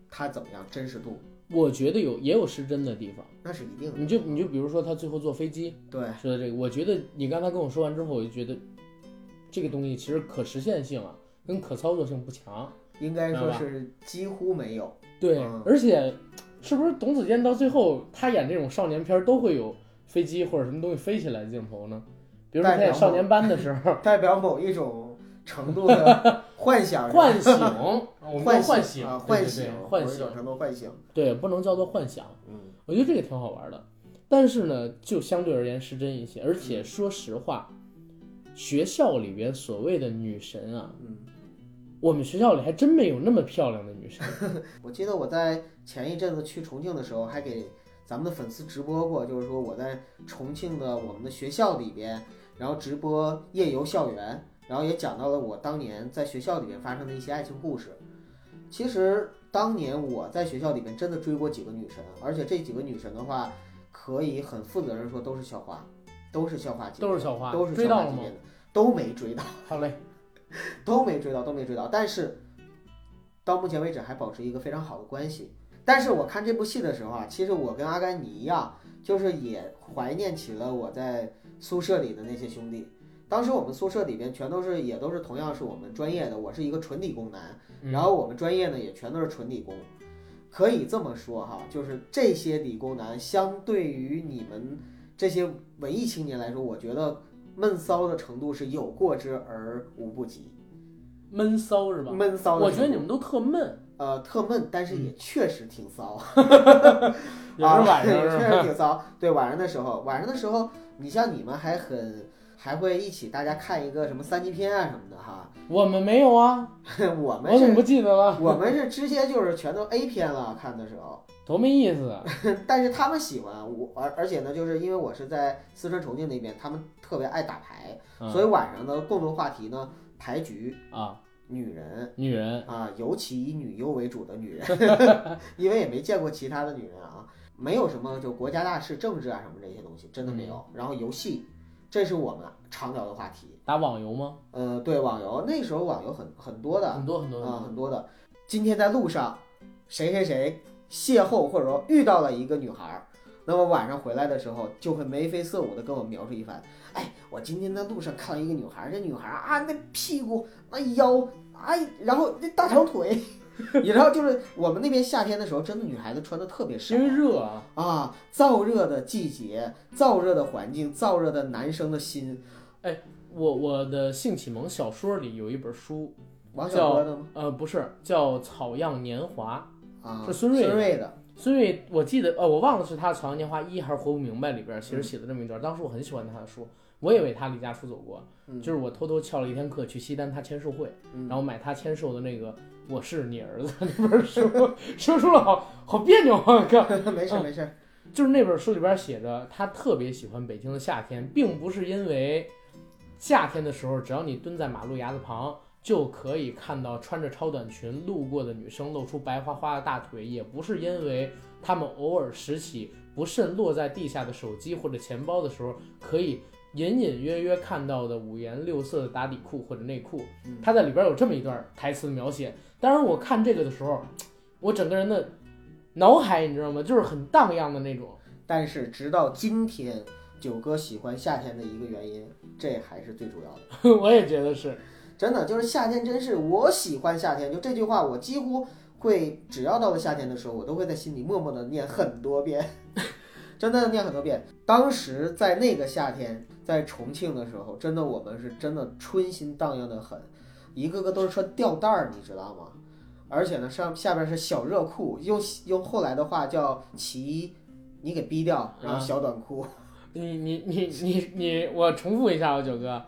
Speaker 2: 它怎么样真实度？
Speaker 1: 我觉得有也有失真的地方。
Speaker 2: 那是一定的。
Speaker 1: 你就你就比如说他最后坐飞机
Speaker 2: 对，
Speaker 1: 说的这个，我觉得你刚才跟我说完之后，我就觉得这个东西其实可实现性啊，跟可操作性不强。
Speaker 2: 应该
Speaker 1: 明
Speaker 2: 说
Speaker 1: 白
Speaker 2: 是几乎没有。
Speaker 1: 对，
Speaker 2: 嗯
Speaker 1: 而且是不是董子健到最后他演这种少年片儿都会有飞机或者什么东西飞起来的镜头呢？比如说他
Speaker 2: 代表
Speaker 1: 演
Speaker 2: 吗
Speaker 1: 少年班的时候，
Speaker 2: 代表某一种程
Speaker 1: [LAUGHS]
Speaker 2: 度的幻想，
Speaker 1: 唤醒，我们叫
Speaker 2: 唤
Speaker 1: 醒，
Speaker 2: 啊，
Speaker 1: 对
Speaker 2: 唤
Speaker 1: 对对
Speaker 2: 醒，
Speaker 1: 唤
Speaker 2: 某一
Speaker 1: 醒
Speaker 2: 种，程度唤醒。
Speaker 1: 对，不能叫做幻想。
Speaker 2: 嗯，
Speaker 1: 我觉得这个挺好玩的，但是呢，就相对而言失真一些。而且说实话，学校里边所谓的女神啊，
Speaker 2: 嗯，
Speaker 1: 我们学校里还真没有那么漂亮的女神。
Speaker 2: 我记得我在前一阵子去重庆的时候，还给咱们的粉丝直播过，就是说我在重庆的我们的学校里边，然后直播夜游校园，然后也讲到了我当年在学校里面发生的一些爱情故事。其实当年我在学校里面真的追过几个女神，而且这几个女神的话，可以很负责任说都是校花，都是校花级别的，
Speaker 1: 都是校花
Speaker 2: [LAUGHS] 都是
Speaker 1: 追
Speaker 2: 校
Speaker 1: 到
Speaker 2: 花
Speaker 1: 了
Speaker 2: 级
Speaker 1: 吗
Speaker 2: 别的，都没追到，
Speaker 1: 好嘞，
Speaker 2: 都没追到，都没追到。但是到目前为止还保持一个非常好的关系。但是我看这部戏的时候啊，其实我跟阿甘你一样，就是也怀念起了我在宿舍里的那些兄弟。当时我们宿舍里边全都是，也都是同样是我们专业的，我是一个纯理工男，
Speaker 1: 嗯
Speaker 2: 然后我们专业呢也全都是纯理工。可以这么说哈，就是这些理工男相对于你们这些文艺青年来说，我觉得闷骚的程度是有过之而无不及。
Speaker 1: 闷骚是吧？
Speaker 2: 闷骚的程度，
Speaker 1: 我觉得你们都特闷，
Speaker 2: 呃特闷，但是也确实挺骚，
Speaker 1: 也是晚
Speaker 2: 啊、
Speaker 1: 上
Speaker 2: [LAUGHS] 也
Speaker 1: 是
Speaker 2: 确
Speaker 1: 吧？
Speaker 2: 实挺骚。对，晚上的时候，晚上的时候，你像你们还很还会一起大家看一个什么三级片啊什么的哈， [LAUGHS]
Speaker 1: 我们没有啊，
Speaker 2: 我们
Speaker 1: 我怎么
Speaker 2: 是。
Speaker 1: 不记得了？
Speaker 2: 我们是直接就是全都 A 片了，看的时候，
Speaker 1: 多没意思啊！
Speaker 2: 但是他们喜欢我，而而且呢，就是因为我是在四川重庆那边，他们特别爱打牌，
Speaker 1: 嗯
Speaker 2: 所以晚上的共同话题呢，牌局、
Speaker 1: 啊，
Speaker 2: 女人
Speaker 1: 女人
Speaker 2: 啊，尤其以女优为主的女人，因为也没见过其他的女人啊，没有什么就国家大事、政治啊什么这些东西，真的没有。然后游戏，这是我们常聊的话题。
Speaker 1: 打网游吗？
Speaker 2: 呃，对网游，那时候网游很很多的啊、
Speaker 1: 很多很多很多
Speaker 2: 很多的。今天在路上，谁谁谁邂逅或者说遇到了一个女孩儿，那么晚上回来的时候就会眉飞色舞的跟我描述一番。哎，我今天在路上看到一个女孩儿，这女孩儿啊，那屁股、那腰，哎，然后那大长腿， [LAUGHS] 然后就是我们那边夏天的时候，真的女孩子穿的特别少
Speaker 1: 因。为热啊，
Speaker 2: 啊，燥热的季节，燥热的环境，燥热的男生的心。
Speaker 1: 我我的性启蒙小说里有一本书，
Speaker 2: 王小波的吗？
Speaker 1: 呃，不是叫《草样年华
Speaker 2: 啊，
Speaker 1: 是孙瑞的
Speaker 2: 的。》，
Speaker 1: 所以我记得，呃，我忘了是他《草样年华一》还是《活不明白》里边，
Speaker 2: 嗯
Speaker 1: 其实写的这么一段。当时我很喜欢他的书，我也为他离家出走过，
Speaker 2: 嗯
Speaker 1: 就是我偷偷翘了一天课去西单他签售会，
Speaker 2: 嗯
Speaker 1: 然后买他签售的那个《我是你儿子》 [LAUGHS] 那本书，说出了好好别扭啊！我靠，
Speaker 2: [LAUGHS] 没事没事，
Speaker 1: 就是那本书里边写着，他特别喜欢北京的夏天，并不是因为夏天的时候，只要你蹲在马路牙子旁，就可以看到穿着超短裙路过的女生露出白花花的大腿，也不是因为她们偶尔拾起不慎落在地下的手机或者钱包的时候，可以隐隐约约看到的五颜六色的打底裤或者内裤
Speaker 2: 嗯。
Speaker 1: 他在里边有这么一段台词的描写。当然，我看这个的时候，我整个人的脑海你知道吗，就是很荡漾的那种。
Speaker 2: 但是直到今天，九哥喜欢夏天的一个原因，这还是最主要
Speaker 1: [LAUGHS]
Speaker 2: 的。
Speaker 1: 我也觉得是，
Speaker 2: 真的就是夏天，真是我喜欢夏天。就这句话，我几乎会只要到了夏天的时候，我都会在心里默默的念很多遍。 [LAUGHS] 真的念很多遍。当时在那个夏天，在重庆的时候，真的我们是真的春心荡漾的很，一个个都是穿吊带儿，你知道吗？而且呢，上下边是小热裤，用用后来的话叫其一，你给逼掉，然后小短裤，
Speaker 1: 你你你你你，我重复一下啊，九哥，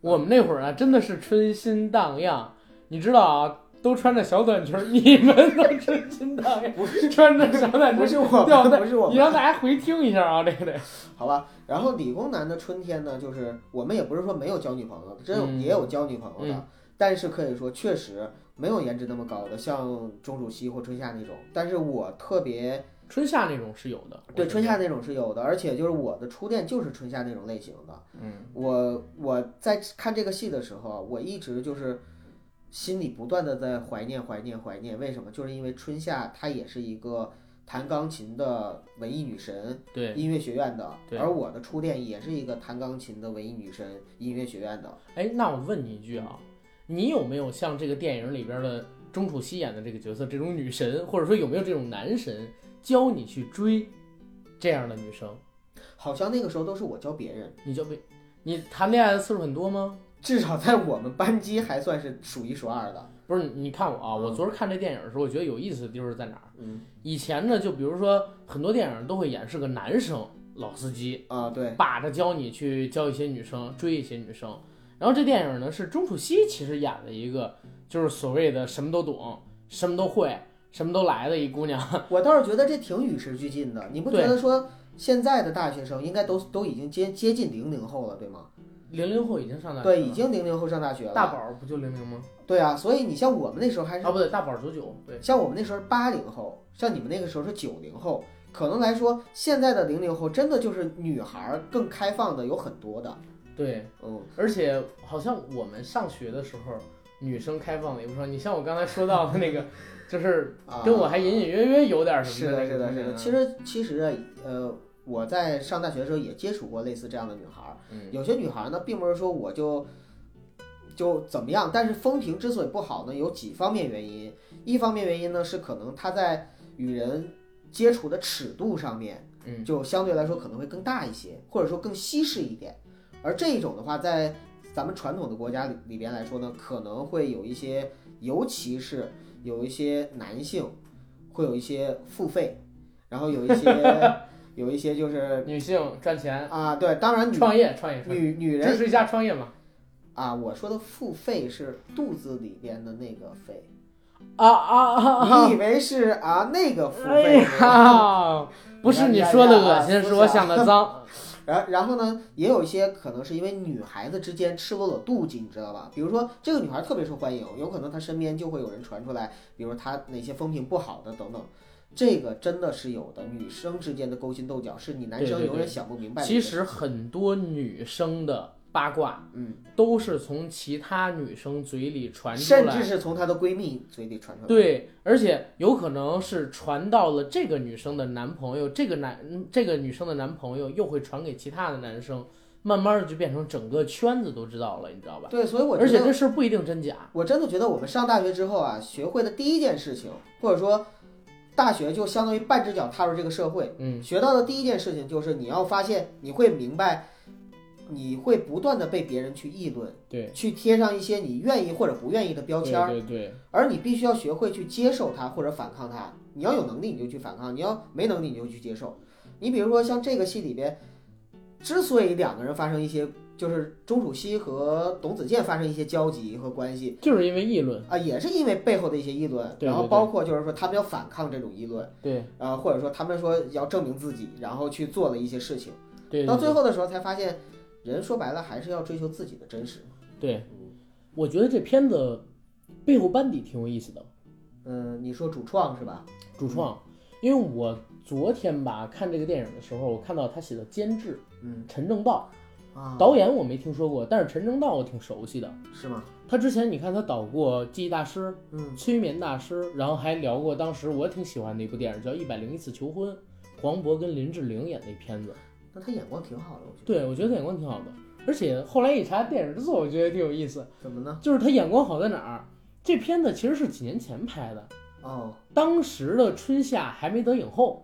Speaker 1: 我们那会儿啊，真的是春心荡漾，你知道啊，都穿着小短裙儿， [LAUGHS] 你们都春心荡漾，
Speaker 2: 不
Speaker 1: 穿着小短裙
Speaker 2: 不
Speaker 1: 儿
Speaker 2: 是我
Speaker 1: 吊带
Speaker 2: 们，不是我
Speaker 1: 你
Speaker 2: 们，
Speaker 1: 让大家回听一下啊，这个得，
Speaker 2: 好吧。然后理工男的春天呢，就是我们也不是说没有交女朋友的，真有、
Speaker 1: 嗯
Speaker 2: 也有交女朋友的，
Speaker 1: 嗯
Speaker 2: 但是可以说确实没有颜值那么高的，像钟楚曦或春夏那种。但是我特别
Speaker 1: [LAUGHS] 春夏那种是有的，
Speaker 2: 对春
Speaker 1: 夏，
Speaker 2: 夏那种是有的，而且就是我的初恋就是春夏那种类型的。
Speaker 1: 嗯
Speaker 2: 我我在看这个戏的时候啊，我一直就是心里不断的在怀念怀念怀念，为什么？就是因为春夏她也是一个弹钢琴的文艺女神，
Speaker 1: 对，
Speaker 2: 音乐学院的，
Speaker 1: 对
Speaker 2: 而我的初恋也是一个弹钢琴的文艺女神，音乐学院的。
Speaker 1: 哎，那我问你一句啊，你有没有像这个电影里边的钟楚曦演的这个角色这种女神，或者说有没有这种男神教你去追这样的女生？
Speaker 2: 好像那个时候都是我教别人， [LAUGHS]
Speaker 1: 你就被你谈恋爱的次数很多吗？
Speaker 2: 至少在我们班级还算是数一数二的。
Speaker 1: 不是，你看我啊，
Speaker 2: 嗯
Speaker 1: 我昨儿看这电影的时候，我觉得有意思的地方在哪儿？
Speaker 2: 嗯
Speaker 1: 以前呢，就比如说很多电影都会演是个男生老司机，
Speaker 2: 啊，对， [LAUGHS]
Speaker 1: 把着教你去教一些女生，追一些女生。然后这电影呢是钟楚曦其实演了一个就是所谓的什么都懂、什么都会、什么都来的一姑娘。
Speaker 2: 我倒是觉得这挺与时俱进的，你不觉
Speaker 1: 对
Speaker 2: 得说现在的大学生应该都都已经接接近零零后了，对吗？
Speaker 1: 零零后已经上大学了，
Speaker 2: 对，已经零零后上大学了。
Speaker 1: 嗯大宝不就零零吗？
Speaker 2: 对啊，所以你像我们那时候还是，
Speaker 1: 啊，不对，大宝九九，对，
Speaker 2: 像我们那时候八零后，像你们那个时候是九零后，可能来说现在的零零后真的就是女孩儿更开放的有很多的，
Speaker 1: 对，
Speaker 2: 嗯，
Speaker 1: 而且好像我们上学的时候，女生开放的也不少。你像我刚才说到的那
Speaker 2: [LAUGHS]
Speaker 1: 个，就是
Speaker 2: 啊，
Speaker 1: 跟我还隐隐约约有点什
Speaker 2: 是
Speaker 1: 么
Speaker 2: 的，
Speaker 1: 那
Speaker 2: 是
Speaker 1: 个
Speaker 2: 的，
Speaker 1: 姑
Speaker 2: 是
Speaker 1: 娘
Speaker 2: 的。
Speaker 1: 啊
Speaker 2: 其实其实啊呃，我在上大学的时候也接触过类似这样的女孩儿，
Speaker 1: 嗯
Speaker 2: 有些女孩儿呢，并不是说我就。就怎么样？但是风评之所以不好呢，有几方面原因。一方面原因呢是可能她在与人接触的尺度上面
Speaker 1: 嗯，
Speaker 2: 就相对来说可能会更大一些，或者说更稀释一点。而这一种的话，在咱们传统的国家里里边来说呢，可能会有一些，尤其是有一些男性会有一些付费，然后有一
Speaker 1: [LAUGHS]
Speaker 2: 些有一些就是
Speaker 1: 女性赚钱、
Speaker 2: 啊，对，当然女
Speaker 1: 创业、创业、创业，
Speaker 2: 女女
Speaker 1: 支
Speaker 2: 人
Speaker 1: 持一下创业嘛。
Speaker 2: 啊，我说的付费是肚子里边的那个肺，
Speaker 1: 啊啊啊！
Speaker 2: 你以为是啊那个付
Speaker 1: 哎
Speaker 2: 费？
Speaker 1: 呀，不是你说的恶心，是我想的脏。
Speaker 2: [LAUGHS] 然然后呢，也有一些可能是因为女孩子之间赤裸裸妒忌，你知道吧？比如说这个女孩特别受欢迎，有可能她身边就会有人传出来，比如她哪些风评不好的等等。这个真的是有的，女生之间的勾心斗角是你男
Speaker 1: 对
Speaker 2: 生
Speaker 1: 对
Speaker 2: 永
Speaker 1: 对
Speaker 2: 远想不明白的一
Speaker 1: 其
Speaker 2: 个。
Speaker 1: 实很多女生的八卦
Speaker 2: 嗯，
Speaker 1: 都是从其他女生嘴里传出
Speaker 2: 甚至
Speaker 1: 来。
Speaker 2: 是从她的闺蜜嘴里传出来。，
Speaker 1: 对，而且有可能是传到了这个女生的男朋友，这个男嗯这个女生的男朋友又会传给其他的男生，慢慢的就变成整个圈子都知道了，你知道吧？
Speaker 2: 对，所以我觉
Speaker 1: 而且
Speaker 2: 得
Speaker 1: 这事儿不一定真假。
Speaker 2: 我真的觉得我们上大学之后啊，学会的第一件事情，或者说大学就相当于半只脚踏入这个社会，
Speaker 1: 嗯，
Speaker 2: 学到的第一件事情就是你要发现，你会明白，你会不断的被别人去议论，
Speaker 1: 对，
Speaker 2: 去贴上一些你愿意或者不愿意的标签儿，
Speaker 1: 对对
Speaker 2: 而你必须要学会去接受它或者反抗它。你要有能力你就去反抗，你要没能力你就去接受。你比如说像这个戏里边，之所以两个人发生一些，就是钟楚曦和董子健发生一些交集和关系，
Speaker 1: 对，就是因为议论，
Speaker 2: 啊，也是因为背后的一些议论，
Speaker 1: 对
Speaker 2: 然后
Speaker 1: 对对
Speaker 2: 包括就是说他们要反抗这种议论，
Speaker 1: 对
Speaker 2: 啊，或者说他们说要证明自己，然后去做了一些事情，
Speaker 1: 对，
Speaker 2: 到最
Speaker 1: 后，
Speaker 2: 后的时候才发现，人说白了还是要追求自己的真实。
Speaker 1: 对
Speaker 2: 嗯
Speaker 1: 我觉得这片子背后班底挺有意思的，
Speaker 2: 嗯，你说主创是吧？
Speaker 1: 主创，
Speaker 2: 嗯
Speaker 1: 因为我昨天吧看这个电影的时候，我看到他写的监制
Speaker 2: 嗯
Speaker 1: 陈正道，
Speaker 2: 啊，
Speaker 1: 导演我没听说过，但是陈正道我挺熟悉的。
Speaker 2: 是吗？
Speaker 1: 他之前你看他导过《记忆大师》
Speaker 2: 嗯
Speaker 1: 《催眠大师》，然后还聊过当时我挺喜欢的一部电影叫《一百零一次求婚》，黄渤跟林志玲演的一片子。
Speaker 2: 那他眼光挺好的，我觉得。
Speaker 1: 对，我觉得他眼光挺好的，而且后来一查电影制作，我觉得挺有意思，
Speaker 2: 怎么呢？
Speaker 1: 就是他眼光好在哪儿？这片子其实是几年前拍的，
Speaker 2: 哦，
Speaker 1: 当时的春夏还没得影后，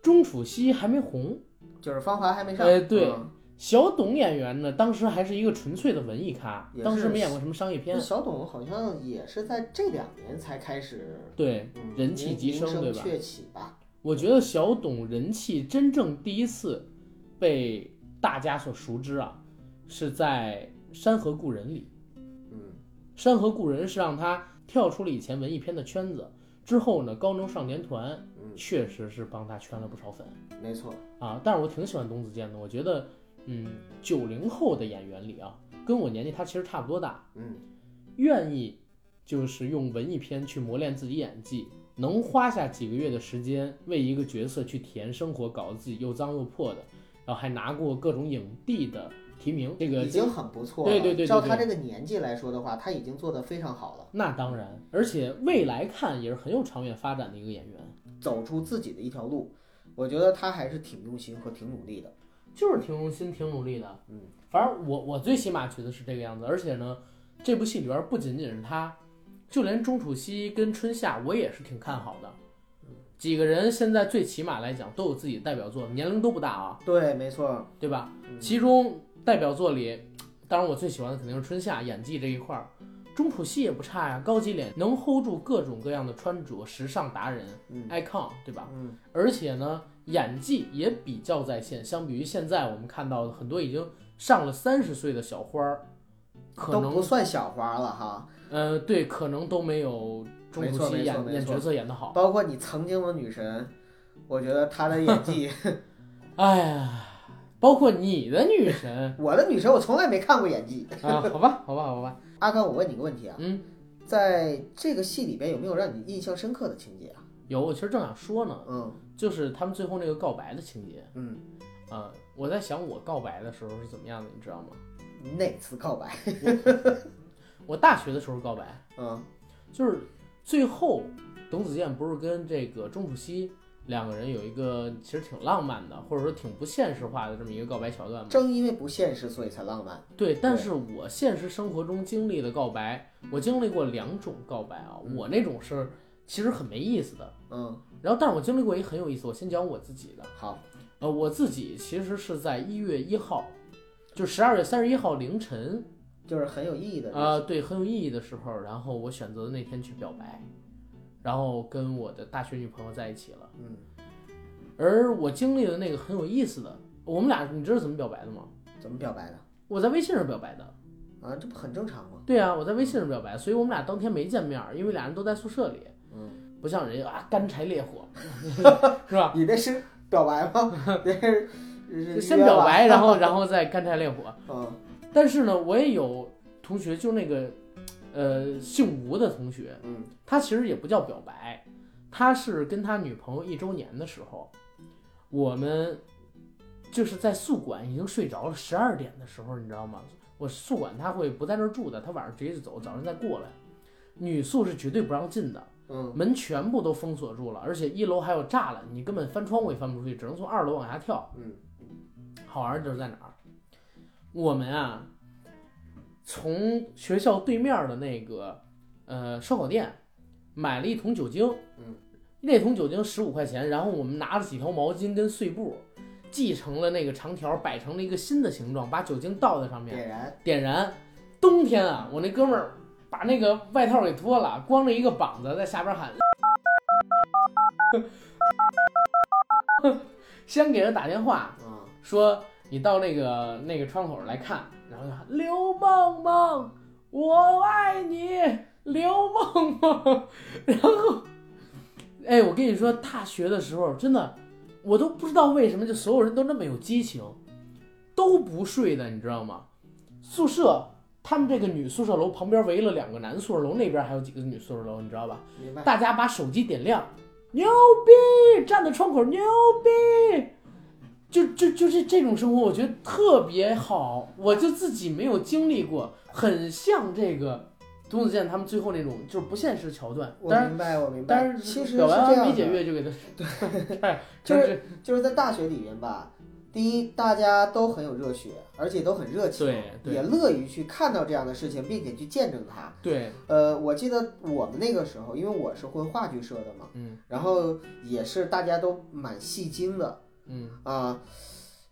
Speaker 1: 钟楚曦还没红，
Speaker 2: 就是芳华还没上，
Speaker 1: 哎对
Speaker 2: 嗯
Speaker 1: 小董演员呢，当时还是一个纯粹的文艺咖
Speaker 2: 也，是
Speaker 1: 当时没演过什么商业片
Speaker 2: 那。小董好像也是在这两年才开始，
Speaker 1: 对，
Speaker 2: 嗯
Speaker 1: 人气
Speaker 2: 名
Speaker 1: 急升
Speaker 2: 名声
Speaker 1: 对吧
Speaker 2: 鹊起吧，
Speaker 1: 我觉得小董人气真正第一次被大家所熟知啊，是在《山河故人》里。
Speaker 2: 嗯，
Speaker 1: 《山河故人》是让他跳出了以前文艺片的圈子，之后呢，高中少年团
Speaker 2: 嗯
Speaker 1: 确实是帮他圈了不少粉
Speaker 2: 没错，
Speaker 1: 啊。但是我挺喜欢董子健的，我觉得，嗯，九零后的演员里啊，跟我年纪他其实差不多大，
Speaker 2: 嗯，
Speaker 1: 愿意就是用文艺片去磨练自己演技，能花下几个月的时间为一个角色去体验生活，搞得自己又脏又破的，然后还拿过各种影帝的提名，这个
Speaker 2: 已经很不错了。
Speaker 1: 对对对对
Speaker 2: 照他
Speaker 1: 对
Speaker 2: 这个年纪来说的话，他已经做得非常好了，
Speaker 1: 那当然，而且未来看也是很有长远发展的一个演员，
Speaker 2: 走出自己的一条路，我觉得他还是挺用心和挺努力的。
Speaker 1: 就是挺用心、挺努力的。
Speaker 2: 嗯，
Speaker 1: 反正我我最起码觉得是这个样子，而且呢，这部戏里边不仅仅是他，就连钟楚曦跟春夏，我也是挺看好的。
Speaker 2: 嗯
Speaker 1: 几个人现在最起码来讲都有自己的代表作，年龄都不大啊，
Speaker 2: 对，没错，
Speaker 1: 对吧？
Speaker 2: 嗯
Speaker 1: 其中代表作里，当然我最喜欢的肯定是春夏演技这一块儿，钟楚曦也不差呀，高级脸能 hold 住各种各样的穿着，时尚达人
Speaker 2: 嗯
Speaker 1: icon，对吧？
Speaker 2: 嗯，
Speaker 1: 而且呢，演技也比较在线，相比于现在我们看到的很多已经上了三十岁的小花儿，可
Speaker 2: 都不
Speaker 1: 能
Speaker 2: 算小花了哈。
Speaker 1: 呃对，可能都没有钟
Speaker 2: 没
Speaker 1: 楚
Speaker 2: 错
Speaker 1: 曦
Speaker 2: 没错
Speaker 1: 演
Speaker 2: 没
Speaker 1: 演
Speaker 2: 错
Speaker 1: 角色演得好。
Speaker 2: 包括你曾经的女神，我觉得她的
Speaker 1: [LAUGHS]
Speaker 2: 演技，
Speaker 1: 哎呀，哎包括你的女神
Speaker 2: 我的女神我从来没看过演技。
Speaker 1: 啊，好吧，好吧，好吧，
Speaker 2: 阿甘，我问你个问题啊，
Speaker 1: 嗯，
Speaker 2: 在这个戏里边有没有让你印象深刻的情节啊？
Speaker 1: 有，我其实正想说呢，
Speaker 2: 嗯
Speaker 1: 就是他们最后那个告白的情节
Speaker 2: 嗯，
Speaker 1: 啊、我在想我告白的时候是怎么样的，你知道吗？
Speaker 2: 哪次告白？
Speaker 1: 我大学的时候告白，
Speaker 2: 嗯
Speaker 1: 就是最后董子健不是跟这个钟楚曦两个人有一个其实挺浪漫的，或者说挺不现实化的这么一个告白桥段嘛？
Speaker 2: 嗯正因为不现实，所以才浪漫。
Speaker 1: 对，但是我现实生活中经历的告白，我经历过两种告白啊，我那种是其实很没意思的，
Speaker 2: 嗯，
Speaker 1: 然后但是我经历过一个很有意思，我先讲我自己的，
Speaker 2: 好，
Speaker 1: 呃，我自己其实是在一月一号，就十二月三十一号凌晨，
Speaker 2: 就是很有意义的日子。
Speaker 1: 啊，对，很有意义的时候，然后我选择那天去表白，然后跟我的大学女朋友在一起了。
Speaker 2: 嗯，
Speaker 1: 而我经历的那个很有意思的，我们俩，你知道怎么表白的吗？
Speaker 2: 怎么表白的？
Speaker 1: 我在微信上表白的。
Speaker 2: 啊，这不很正常吗？
Speaker 1: 对啊，我在微信上表白，所以我们俩当天没见面儿，因为俩人都在宿舍里，
Speaker 2: 嗯，
Speaker 1: 不像人家啊干柴烈火，是吧？
Speaker 2: 你那是表白吗？
Speaker 1: [LAUGHS]
Speaker 2: 那是
Speaker 1: 就是先表白，
Speaker 2: [LAUGHS] 约吧
Speaker 1: 然后然后再干柴烈火。
Speaker 2: 嗯
Speaker 1: 但是呢，我也有同学，就那个呃姓吴的同学，
Speaker 2: 嗯
Speaker 1: 他其实也不叫表白，他是跟他女朋友一周年的时候，我们就是在宿管已经睡着了，十二点的时候，你知道吗？我宿管他会不在那儿住的，他晚上直接就走，早上再过来。女宿是绝对不让进的，
Speaker 2: 嗯
Speaker 1: 门全部都封锁住了，而且一楼还有栅栏，你根本翻窗户也翻不出去，只能从二楼往下跳。
Speaker 2: 嗯，
Speaker 1: 好玩儿就是在哪儿？我们啊，从学校对面儿的那个呃烧烤店买了一桶酒精，
Speaker 2: 嗯，
Speaker 1: 那桶酒精十五块钱，然后我们拿了几条毛巾跟碎布，系成了那个长条，摆成了一个新的形状，把酒精倒在上面，
Speaker 2: 点燃，
Speaker 1: 点燃。冬天啊，我那哥们儿把那个外套给脱了，光着一个膀子在下边喊， [LAUGHS] 先给人打电话，
Speaker 2: 嗯
Speaker 1: 说你到那个那个窗口来看，然后就喊 [LAUGHS] 刘梦梦，我爱你，刘梦梦。然后，哎，我跟你说，大学的时候真的，我都不知道为什么，就所有人都那么有激情，都不睡的，你知道吗？宿舍。他们这个女宿舍楼旁边围了两个男宿舍楼，那边还有几个女宿舍楼，你知道吧？
Speaker 2: 明白。
Speaker 1: 大家把手机点亮，牛逼！站在窗口，牛逼！就就就是这种生活，我觉得特别好，我就自己没有经历过，很像这个董子健他们最后那种就是不现实的桥段。
Speaker 2: 我
Speaker 1: 当然，
Speaker 2: 明白，我明白。
Speaker 1: 当然
Speaker 2: 其实是
Speaker 1: 表
Speaker 2: 这
Speaker 1: 完
Speaker 2: 样
Speaker 1: 完没
Speaker 2: 的
Speaker 1: 解，约就给他，对， [LAUGHS]
Speaker 2: 就是
Speaker 1: 是
Speaker 2: 就是在大学里面吧，第一，大家都很有热血，而且都很热情，
Speaker 1: 对对
Speaker 2: 也乐于去看到这样的事情，并且去见证它。
Speaker 1: 对，
Speaker 2: 呃，我记得我们那个时候，因为我是混话剧社的嘛，
Speaker 1: 嗯
Speaker 2: 然后也是大家都蛮戏精的
Speaker 1: 嗯
Speaker 2: 啊、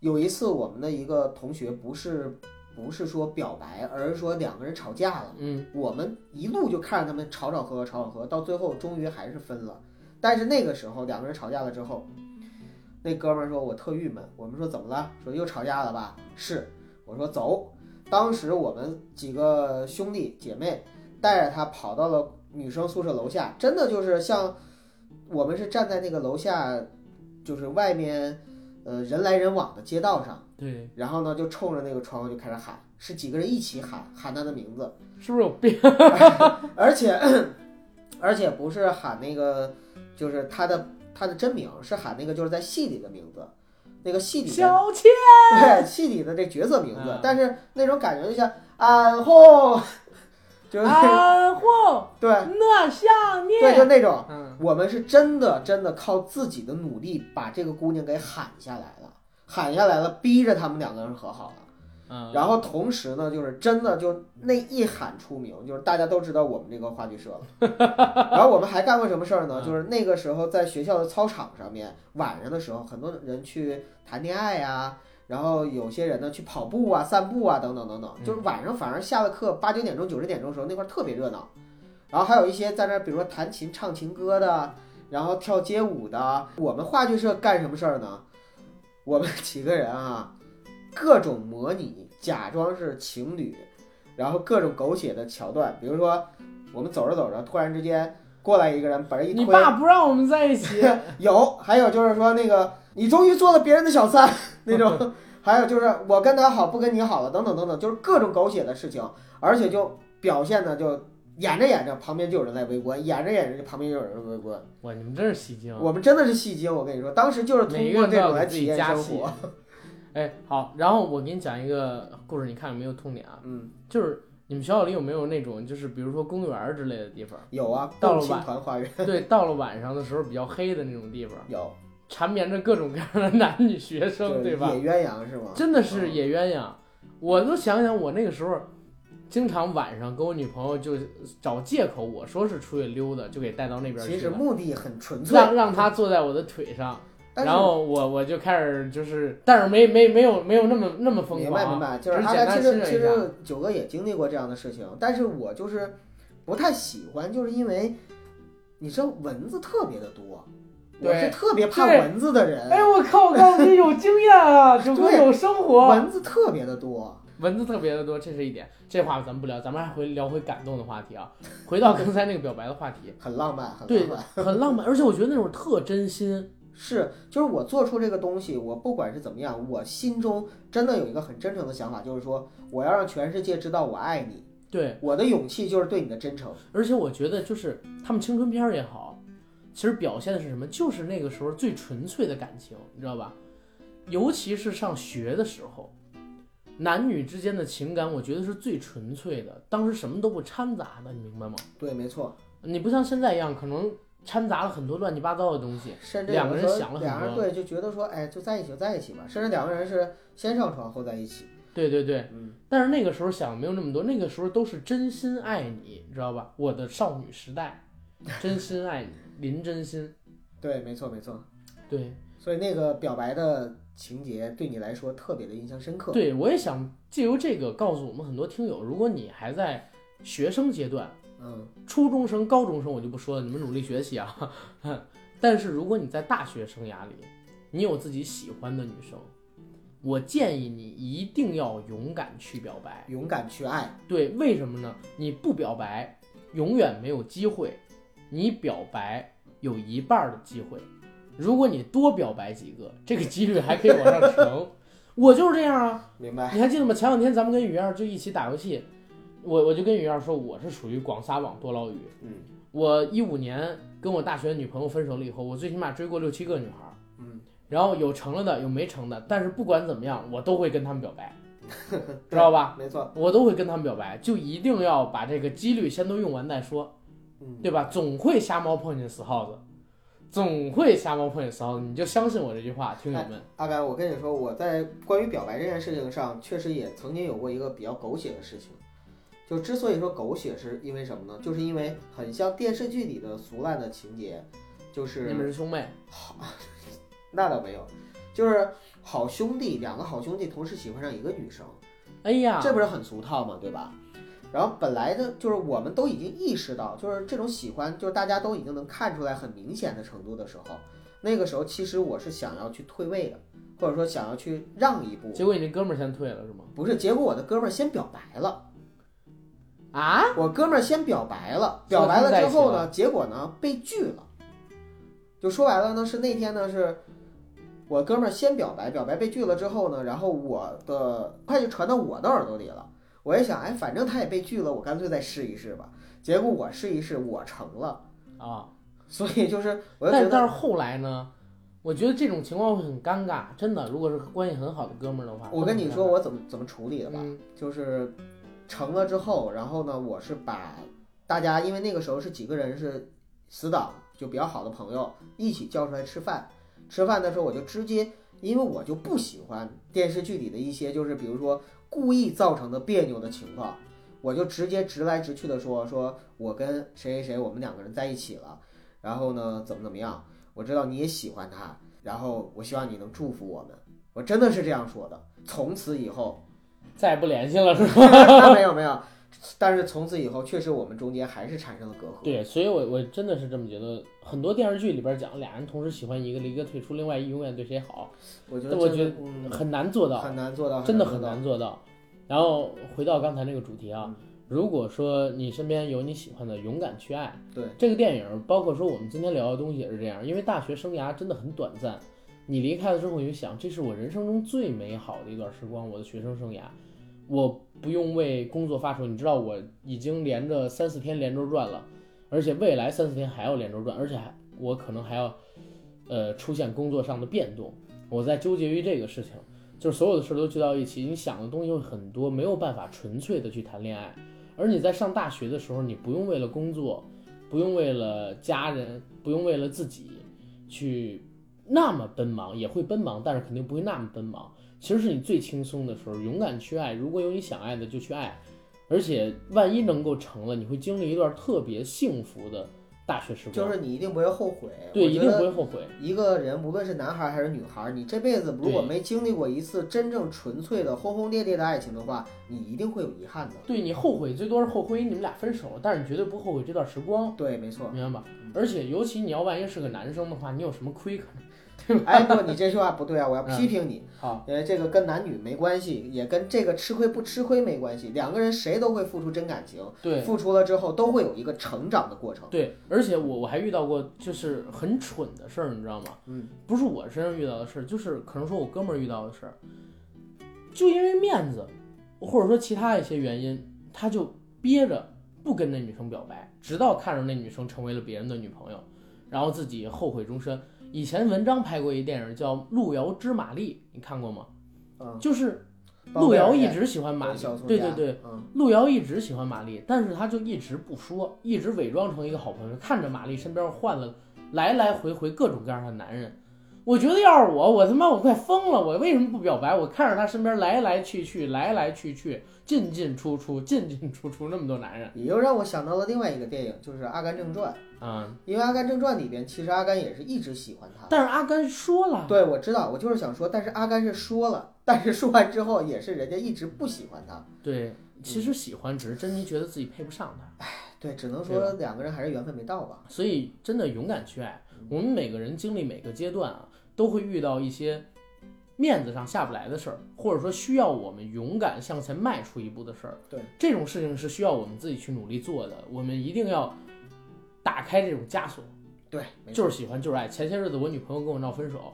Speaker 2: 有一次，我们的一个同学不是不是说表白，而是说两个人吵架了。
Speaker 1: 嗯，
Speaker 2: 我们一路就看着他们吵吵和和吵吵和，到最后终于还是分了。但是那个时候两个人吵架了之后，那哥们儿说：“我特郁闷。”我们说：“怎么了？”说：“又吵架了吧？”是，我说：“走。”当时我们几个兄弟姐妹带着他跑到了女生宿舍楼下，真的就是像我们是站在那个楼下，就是外面呃人来人往的街道上，
Speaker 1: 对，
Speaker 2: 然后呢就冲着那个窗户就开始喊，是几个人一起喊喊他的名字。
Speaker 1: 是不是有病？
Speaker 2: [LAUGHS] 而且而且不是喊那个，就是他的他的真名，是喊那个就是在戏里的名字，那个戏里的
Speaker 1: 小倩，
Speaker 2: 对戏里的这角色名字，
Speaker 1: 嗯
Speaker 2: 但是那种感觉就像俺后，就是那种、
Speaker 1: 安后
Speaker 2: 对
Speaker 1: 啊那想
Speaker 2: 对，就
Speaker 1: 念，
Speaker 2: 那种。
Speaker 1: 嗯，
Speaker 2: 我们是真的真的靠自己的努力把这个姑娘给喊下来了，喊下来了，逼着他们两个人和好了。
Speaker 1: 嗯
Speaker 2: 然后同时呢，就是真的就那一喊出名，就是大家都知道我们这个话剧社了。 [LAUGHS] 然后我们还干过什么事儿呢？
Speaker 1: 嗯
Speaker 2: 就是那个时候在学校的操场上面，晚上的时候，很多人去谈恋爱呀、然后有些人呢去跑步啊、散步啊等等等等，
Speaker 1: 嗯
Speaker 2: 就是晚上反而下了课八九点钟、九十点钟的时候那块儿特别热闹。然后还有一些在那儿，比如说弹琴、唱情歌的，然后跳街舞的。我们话剧社干什么事儿呢？我们几个人啊，各种模拟，假装是情侣，然后各种狗血的桥段，比如说我们走着走着，突然之间过来一个人，把人一
Speaker 1: 你
Speaker 2: 推，
Speaker 1: 爸不让我们在一
Speaker 2: [LAUGHS]
Speaker 1: 起，
Speaker 2: 有，还有就是说那个你终于做了别人的小三 [LAUGHS] 那种，还有就是我跟他好不跟你好了等等等等，就是各种狗血的事情，而且就表现的就演着演着旁边就有人在围观，演着演着就旁边就有人围观，
Speaker 1: 哇，你们真是戏精啊，
Speaker 2: 我们真的是戏精，我跟你说，当时就是
Speaker 1: 每一
Speaker 2: 通
Speaker 1: 个
Speaker 2: 过
Speaker 1: 人都
Speaker 2: 这
Speaker 1: 要
Speaker 2: 种来
Speaker 1: 给自
Speaker 2: 体
Speaker 1: 己
Speaker 2: 验
Speaker 1: 加
Speaker 2: 生
Speaker 1: 戏 [LAUGHS]
Speaker 2: 活，。
Speaker 1: 哎，好，然后我给你讲一个故事，你看有没有痛点啊？
Speaker 2: 嗯，？
Speaker 1: 就是你们学校里有没有那种，就是比如说公园儿之类的地方 [LAUGHS]
Speaker 2: 有啊，
Speaker 1: 到
Speaker 2: 共
Speaker 1: 了
Speaker 2: 青
Speaker 1: 晚
Speaker 2: 团
Speaker 1: [LAUGHS]
Speaker 2: 花园
Speaker 1: 对，到了晚上的时候比较黑的那种地方，
Speaker 2: 有，
Speaker 1: 缠绵着各种各样的男女学生，
Speaker 2: 就
Speaker 1: 对
Speaker 2: 是
Speaker 1: 吧？
Speaker 2: 野嗯鸳鸯是吗？
Speaker 1: 真的是野鸳鸯。我都想想，我那个时候经常晚上跟我女朋友就找借口，我说是出去溜达，就给带到那边
Speaker 2: 其
Speaker 1: 去
Speaker 2: 实
Speaker 1: 了，
Speaker 2: 目的很纯粹，
Speaker 1: 让让她坐在我的腿上，
Speaker 2: 但是
Speaker 1: 然后我我就开始就是，但是没没没有没有那么那么疯
Speaker 2: 明
Speaker 1: 狂
Speaker 2: 白明
Speaker 1: 啊，
Speaker 2: 白，就是
Speaker 1: 只是
Speaker 2: 阿
Speaker 1: 简
Speaker 2: 甘，
Speaker 1: 单
Speaker 2: 其实
Speaker 1: 亲热
Speaker 2: 其
Speaker 1: 一下
Speaker 2: 实九哥也经历过这样的事情，但是我就是不太喜欢，就是因为你知道蚊子特别的多，我
Speaker 1: 对
Speaker 2: 是特别怕
Speaker 1: 对
Speaker 2: 蚊子的
Speaker 1: 哎，
Speaker 2: 人，
Speaker 1: 我靠！我告诉你，有经验啊，九哥
Speaker 2: 对
Speaker 1: 有生活，
Speaker 2: 蚊子特别的多。
Speaker 1: 蚊子特别的多，这是一点。这话咱们不聊，咱们还回聊回感动的话题啊。回到刚才那个表白的话题，
Speaker 2: 很浪漫，很
Speaker 1: 对
Speaker 2: 浪漫，
Speaker 1: 很浪漫，而且我觉得那种特真心。
Speaker 2: 是，就是我做出这个东西，我不管是怎么样，我心中真的有一个很真诚的想法，就是说我要让全世界知道我爱你。
Speaker 1: 对，
Speaker 2: 我的勇气就是对你的真诚。
Speaker 1: 而且我觉得就是他们青春片儿也好，其实表现的是什么？就是那个时候最纯粹的感情，你知道吧？尤其是上学的时候，男女之间的情感，我觉得是最纯粹的，当时什么都不掺杂的，你明白吗？
Speaker 2: 对，没错，
Speaker 1: 你不像现在一样，可能掺杂了很多乱七八糟的东西。
Speaker 2: 甚至
Speaker 1: 两
Speaker 2: 有
Speaker 1: 个
Speaker 2: 的
Speaker 1: 人
Speaker 2: 时候
Speaker 1: 想了很
Speaker 2: 两个人
Speaker 1: 多
Speaker 2: 对就觉得说，哎，就在一起就在一起吧。甚至两个人是先上床后在一起。
Speaker 1: 对对对，
Speaker 2: 嗯，
Speaker 1: 但是那个时候想没有那么多，那个时候都是真心爱你，你知道吧？我的少女时代，真心爱你，林真心。
Speaker 2: 对，没错没错。
Speaker 1: 对，
Speaker 2: 所以那个表白的情节对你来说特别的印象深刻。
Speaker 1: 对我也想借由这个告诉我们很多听友，如果你还在学生阶段，
Speaker 2: 嗯，
Speaker 1: 初中生、高中生我就不说了，你们努力学习啊。 [LAUGHS] 但是如果你在大学生涯里，你有自己喜欢的女生，我建议你一定要勇敢去表白。
Speaker 2: 勇敢去爱，
Speaker 1: 对，为什么呢？你不表白，永远没有机会；你表白，有一半儿的机会。如果你多表白几个，这个几率还可以往上乘。我就是这样啊，
Speaker 2: 明白？
Speaker 1: 你还记得吗？前两天咱们跟雨燕儿就一起打游戏，我我就跟雨燕儿说，我是属于广撒网多捞鱼。
Speaker 2: 嗯
Speaker 1: 我一五年跟我大学女朋友分手了以后，我最起码追过六七个女孩儿，
Speaker 2: 嗯，
Speaker 1: 然后有成了的，有没成的，但是不管怎么样，我都会跟她们表白，知
Speaker 2: 对
Speaker 1: 道吧？
Speaker 2: 没错。
Speaker 1: 我都会跟他们表白，就一定要把这个几率先都用完再说，
Speaker 2: 嗯，
Speaker 1: 对吧？总会瞎猫碰见死耗子，总会瞎猫碰死耗子，你就相信我这句话，听友们。
Speaker 2: 阿甘，我跟你说，我在关于表白这件事情上，确实也曾经有过一个比较狗血的事情。就之所以说狗血，是因为什么呢？就是因为很像电视剧里的俗烂的情节，就
Speaker 1: 你
Speaker 2: 是
Speaker 1: 们是兄妹，
Speaker 2: [LAUGHS] 那倒没有，就是好兄弟两个好兄弟同时喜欢上一个女生，
Speaker 1: 哎呀，
Speaker 2: 这不是很俗套吗？对吧？然后本来的就是我们都已经意识到，就是这种喜欢，就是大家都已经能看出来很明显的程度的时候，那个时候其实我是想要去退位的，或者说想要去让一步，
Speaker 1: 结果你那哥们儿先退了是吗？
Speaker 2: 不是，结果我的哥们儿先表白了，
Speaker 1: 啊，
Speaker 2: 我哥们儿先表白了，
Speaker 1: 所以
Speaker 2: 表白了之后
Speaker 1: 他们在
Speaker 2: 呢，结果呢被拒了，就说白了呢是那天呢是。我哥们儿先表白，表白被拒了之后呢，然后我的快就传到我的耳朵里了。我也想，哎，反正他也被拒了，我干脆再试一试吧。结果我试一试，我成了，
Speaker 1: 啊，
Speaker 2: 所以就是我
Speaker 1: 但
Speaker 2: 就觉
Speaker 1: 但
Speaker 2: 得
Speaker 1: 是后来呢？我觉得这种情况会很尴尬，真的。如果是关系很好的哥们儿的话，
Speaker 2: 我跟你说
Speaker 1: 会
Speaker 2: 我怎么怎么处理的
Speaker 1: 很尴尬
Speaker 2: 吧。
Speaker 1: 嗯
Speaker 2: 就是成了之后，然后呢，我是把大家，因为那个时候是几个人是死党，就比较好的朋友一起叫出来吃饭。吃饭的时候，我就直接，因为我就不喜欢电视剧里的一些，就是比如说故意造成的别扭的情况，我就直接直来直去的说，说我跟谁谁谁，我们两个人在一起了，然后呢，怎么怎么样，我知道你也喜欢他，然后我希望你能祝福我们，我真的是这样说的。从此以后，
Speaker 1: 再也不联系了是吧？
Speaker 2: [LAUGHS] 那没有没有，但是从此以后，确实我们中间还是产生了隔阂。
Speaker 1: 对，所以我我真的是这么觉得。很多电视剧里边讲俩人同时喜欢一个，一个退出，另外一永远对谁好，
Speaker 2: 我觉得
Speaker 1: 但我
Speaker 2: 真
Speaker 1: 觉
Speaker 2: 的
Speaker 1: 得很难做到，
Speaker 2: 很难做到，
Speaker 1: 真的很
Speaker 2: 很做到。
Speaker 1: 难做到。然后回到刚才那个主题啊，如果说你身边有你喜欢的，勇敢去爱。
Speaker 2: 对，
Speaker 1: 这个电影，包括说我们今天聊的东西也是这样，因为大学生涯真的很短暂，你离开了之后，你就想，这是我人生中最美好的一段时光，我的学生生涯，我不用为工作发愁，你知道我已经连着三四天连轴转了，而且未来三四天还要连轴转，而且还我可能还要，呃，出现工作上的变动，我在纠结于这个事情，就是所有的事都聚到一起，你想的东西会很多，没有办法纯粹的去谈恋爱，而你在上大学的时候，你不用为了工作。不用为了家人，不用为了自己去那么奔忙，也会奔忙，但是肯定不会那么奔忙。其实是你最轻松的时候，勇敢去爱。如果有你想爱的，就去爱。而且万一能够成了，你会经历一段特别幸福的大学时光，
Speaker 2: 就是你一定不会后悔。
Speaker 1: 对，
Speaker 2: 我
Speaker 1: 一
Speaker 2: 觉
Speaker 1: 定不
Speaker 2: 得
Speaker 1: 会后悔。
Speaker 2: 一个人无论是男孩还是女孩，你这辈子如果
Speaker 1: 对
Speaker 2: 没经历过一次真正纯粹的轰轰烈烈的爱情的话，你一定会有遗憾的。
Speaker 1: 对你后悔最多是后悔你们俩分手，但是你绝对不后悔这段时光，
Speaker 2: 对，
Speaker 1: [LAUGHS]
Speaker 2: 没错。
Speaker 1: 明白吧？而且尤其你要万一是个男生的话，你有什么亏可能？
Speaker 2: 哎，不，你这句话不对啊！我要
Speaker 1: 嗯
Speaker 2: 批评你，
Speaker 1: 好，
Speaker 2: 因为这个跟男女没关系，也跟这个吃亏不吃亏没关系。两个人谁都会付出真感情，
Speaker 1: 对，
Speaker 2: 付出了之后都会有一个成长的过程。
Speaker 1: 对，而且我我还遇到过就是很蠢的事儿，你知道吗？
Speaker 2: 嗯，
Speaker 1: 不是我身上遇到的事儿，就是可能说我哥们儿遇到的事儿，就因为面子，或者说其他一些原因，他就憋着不跟那女生表白，直到看着那女生成为了别人的女朋友，然后自己后悔终身。以前文章拍过一电影叫《路遥知马力》，你看过吗？
Speaker 2: 嗯，
Speaker 1: 就是
Speaker 2: 包
Speaker 1: 路
Speaker 2: 贝尔
Speaker 1: 遥一
Speaker 2: 演
Speaker 1: 直喜欢马
Speaker 2: 跟
Speaker 1: 丽
Speaker 2: 小，苏
Speaker 1: 对
Speaker 2: 家
Speaker 1: 对对，，
Speaker 2: 嗯，
Speaker 1: 路遥一直喜欢玛丽，但是他就一直不说，一直伪装成一个好朋友，看着玛丽身边换了来来回回各种各样的男人。我觉得要是我，我他妈我快疯了！我为什么不表白？我看着他身边来来去去，来来去去，进进出出，进进出出，那么多男人，
Speaker 2: 嗯也就让我想到了另外一个电影，就是《阿甘正传》，
Speaker 1: 嗯，
Speaker 2: 因为《阿甘正传》里边其实阿甘也是一直喜欢他。
Speaker 1: 但是阿甘说了，
Speaker 2: 对，我知道，我就是想说，但是阿甘是说了，但是说完之后也是人家一直不喜欢他。
Speaker 1: 对，其实喜欢只是珍妮觉得自己配不上他。
Speaker 2: 对，只能
Speaker 1: 对
Speaker 2: 说两个人还是缘分没到吧。
Speaker 1: 所以真的勇敢去爱。我们每个人经历每个阶段啊，都会遇到一些面子上下不来的事儿，或者说需要我们勇敢向前迈出一步的事儿。
Speaker 2: 对，
Speaker 1: 这种事情是需要我们自己去努力做的。我们一定要打开这种枷锁，
Speaker 2: 对，没错
Speaker 1: 就是喜欢就是爱。前些日子我女朋友跟我闹分手，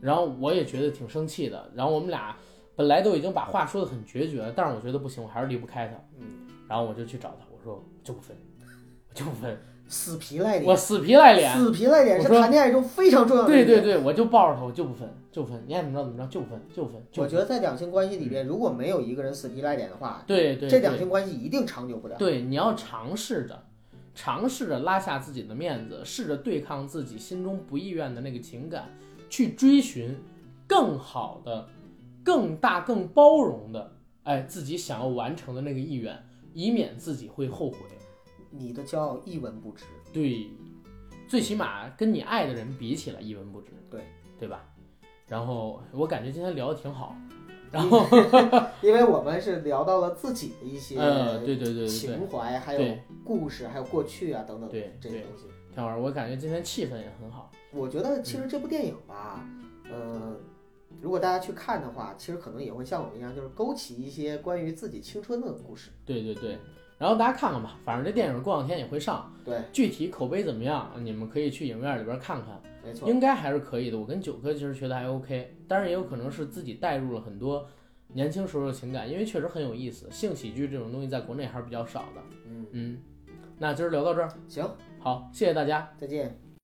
Speaker 1: 然后我也觉得挺生气的，然后我们俩本来都已经把话说的很决绝了，但是我觉得不行，我还是离不开她。
Speaker 2: 嗯，
Speaker 1: 然后我就去找她，我说我就不分，我就不分，
Speaker 2: 死皮赖
Speaker 1: 我
Speaker 2: 脸，
Speaker 1: 死皮赖脸。
Speaker 2: 死皮赖脸
Speaker 1: 我
Speaker 2: 是
Speaker 1: 说
Speaker 2: 谈恋爱中非常重要的
Speaker 1: 对
Speaker 2: 一
Speaker 1: 对
Speaker 2: 点。
Speaker 1: 对，我就抱着他，我就不分，就不分，你爱怎么着怎么着，就不分，就不分。就
Speaker 2: 我
Speaker 1: 不
Speaker 2: 觉
Speaker 1: 分
Speaker 2: 得在两性关系里边，如果没有一个人死皮赖脸的话，
Speaker 1: 嗯对对，
Speaker 2: 这两
Speaker 1: 对
Speaker 2: 性关系一定长久不了。
Speaker 1: 对，你要尝试着尝试着拉下自己的面子，试着对抗自己心中不意愿的那个情感，去追寻更好的、更大、更包容的，哎，自己想要完成的那个意愿，以免自己会后悔。
Speaker 2: 你的骄傲一文不值。
Speaker 1: 对，最起码跟你爱的人比起来一文不值，
Speaker 2: 对
Speaker 1: 对吧？然后我感觉今天聊的挺好，然后
Speaker 2: [LAUGHS] 因为我们是聊到了自己的一些
Speaker 1: 呃，对对对对对
Speaker 2: 情怀，还有
Speaker 1: 对
Speaker 2: 故事，还有过去啊等等
Speaker 1: 对
Speaker 2: 这些
Speaker 1: 对
Speaker 2: 东西。
Speaker 1: 挺好玩儿。我感觉今天气氛也很好，
Speaker 2: 我觉得其实这部电影吧，呃，如果大家去看的话，其实可能也会像我们一样，就是勾起一些关于自己青春的故事。
Speaker 1: 对对对。然后大家看看吧，反正这电影过两天也会上，
Speaker 2: 对，
Speaker 1: 具体口碑怎么样，你们可以去影院里边儿看看，
Speaker 2: 没错，
Speaker 1: 应该还是可以的。我跟九哥其实觉得还 OK，当然也有可能是自己带入了很多年轻时候的情感，因为确实很有意思。性喜剧这种东西在国内还是比较少的，
Speaker 2: 嗯，
Speaker 1: 嗯。那今儿聊到这儿，
Speaker 2: 行，
Speaker 1: 好，谢谢大家。
Speaker 2: 再见。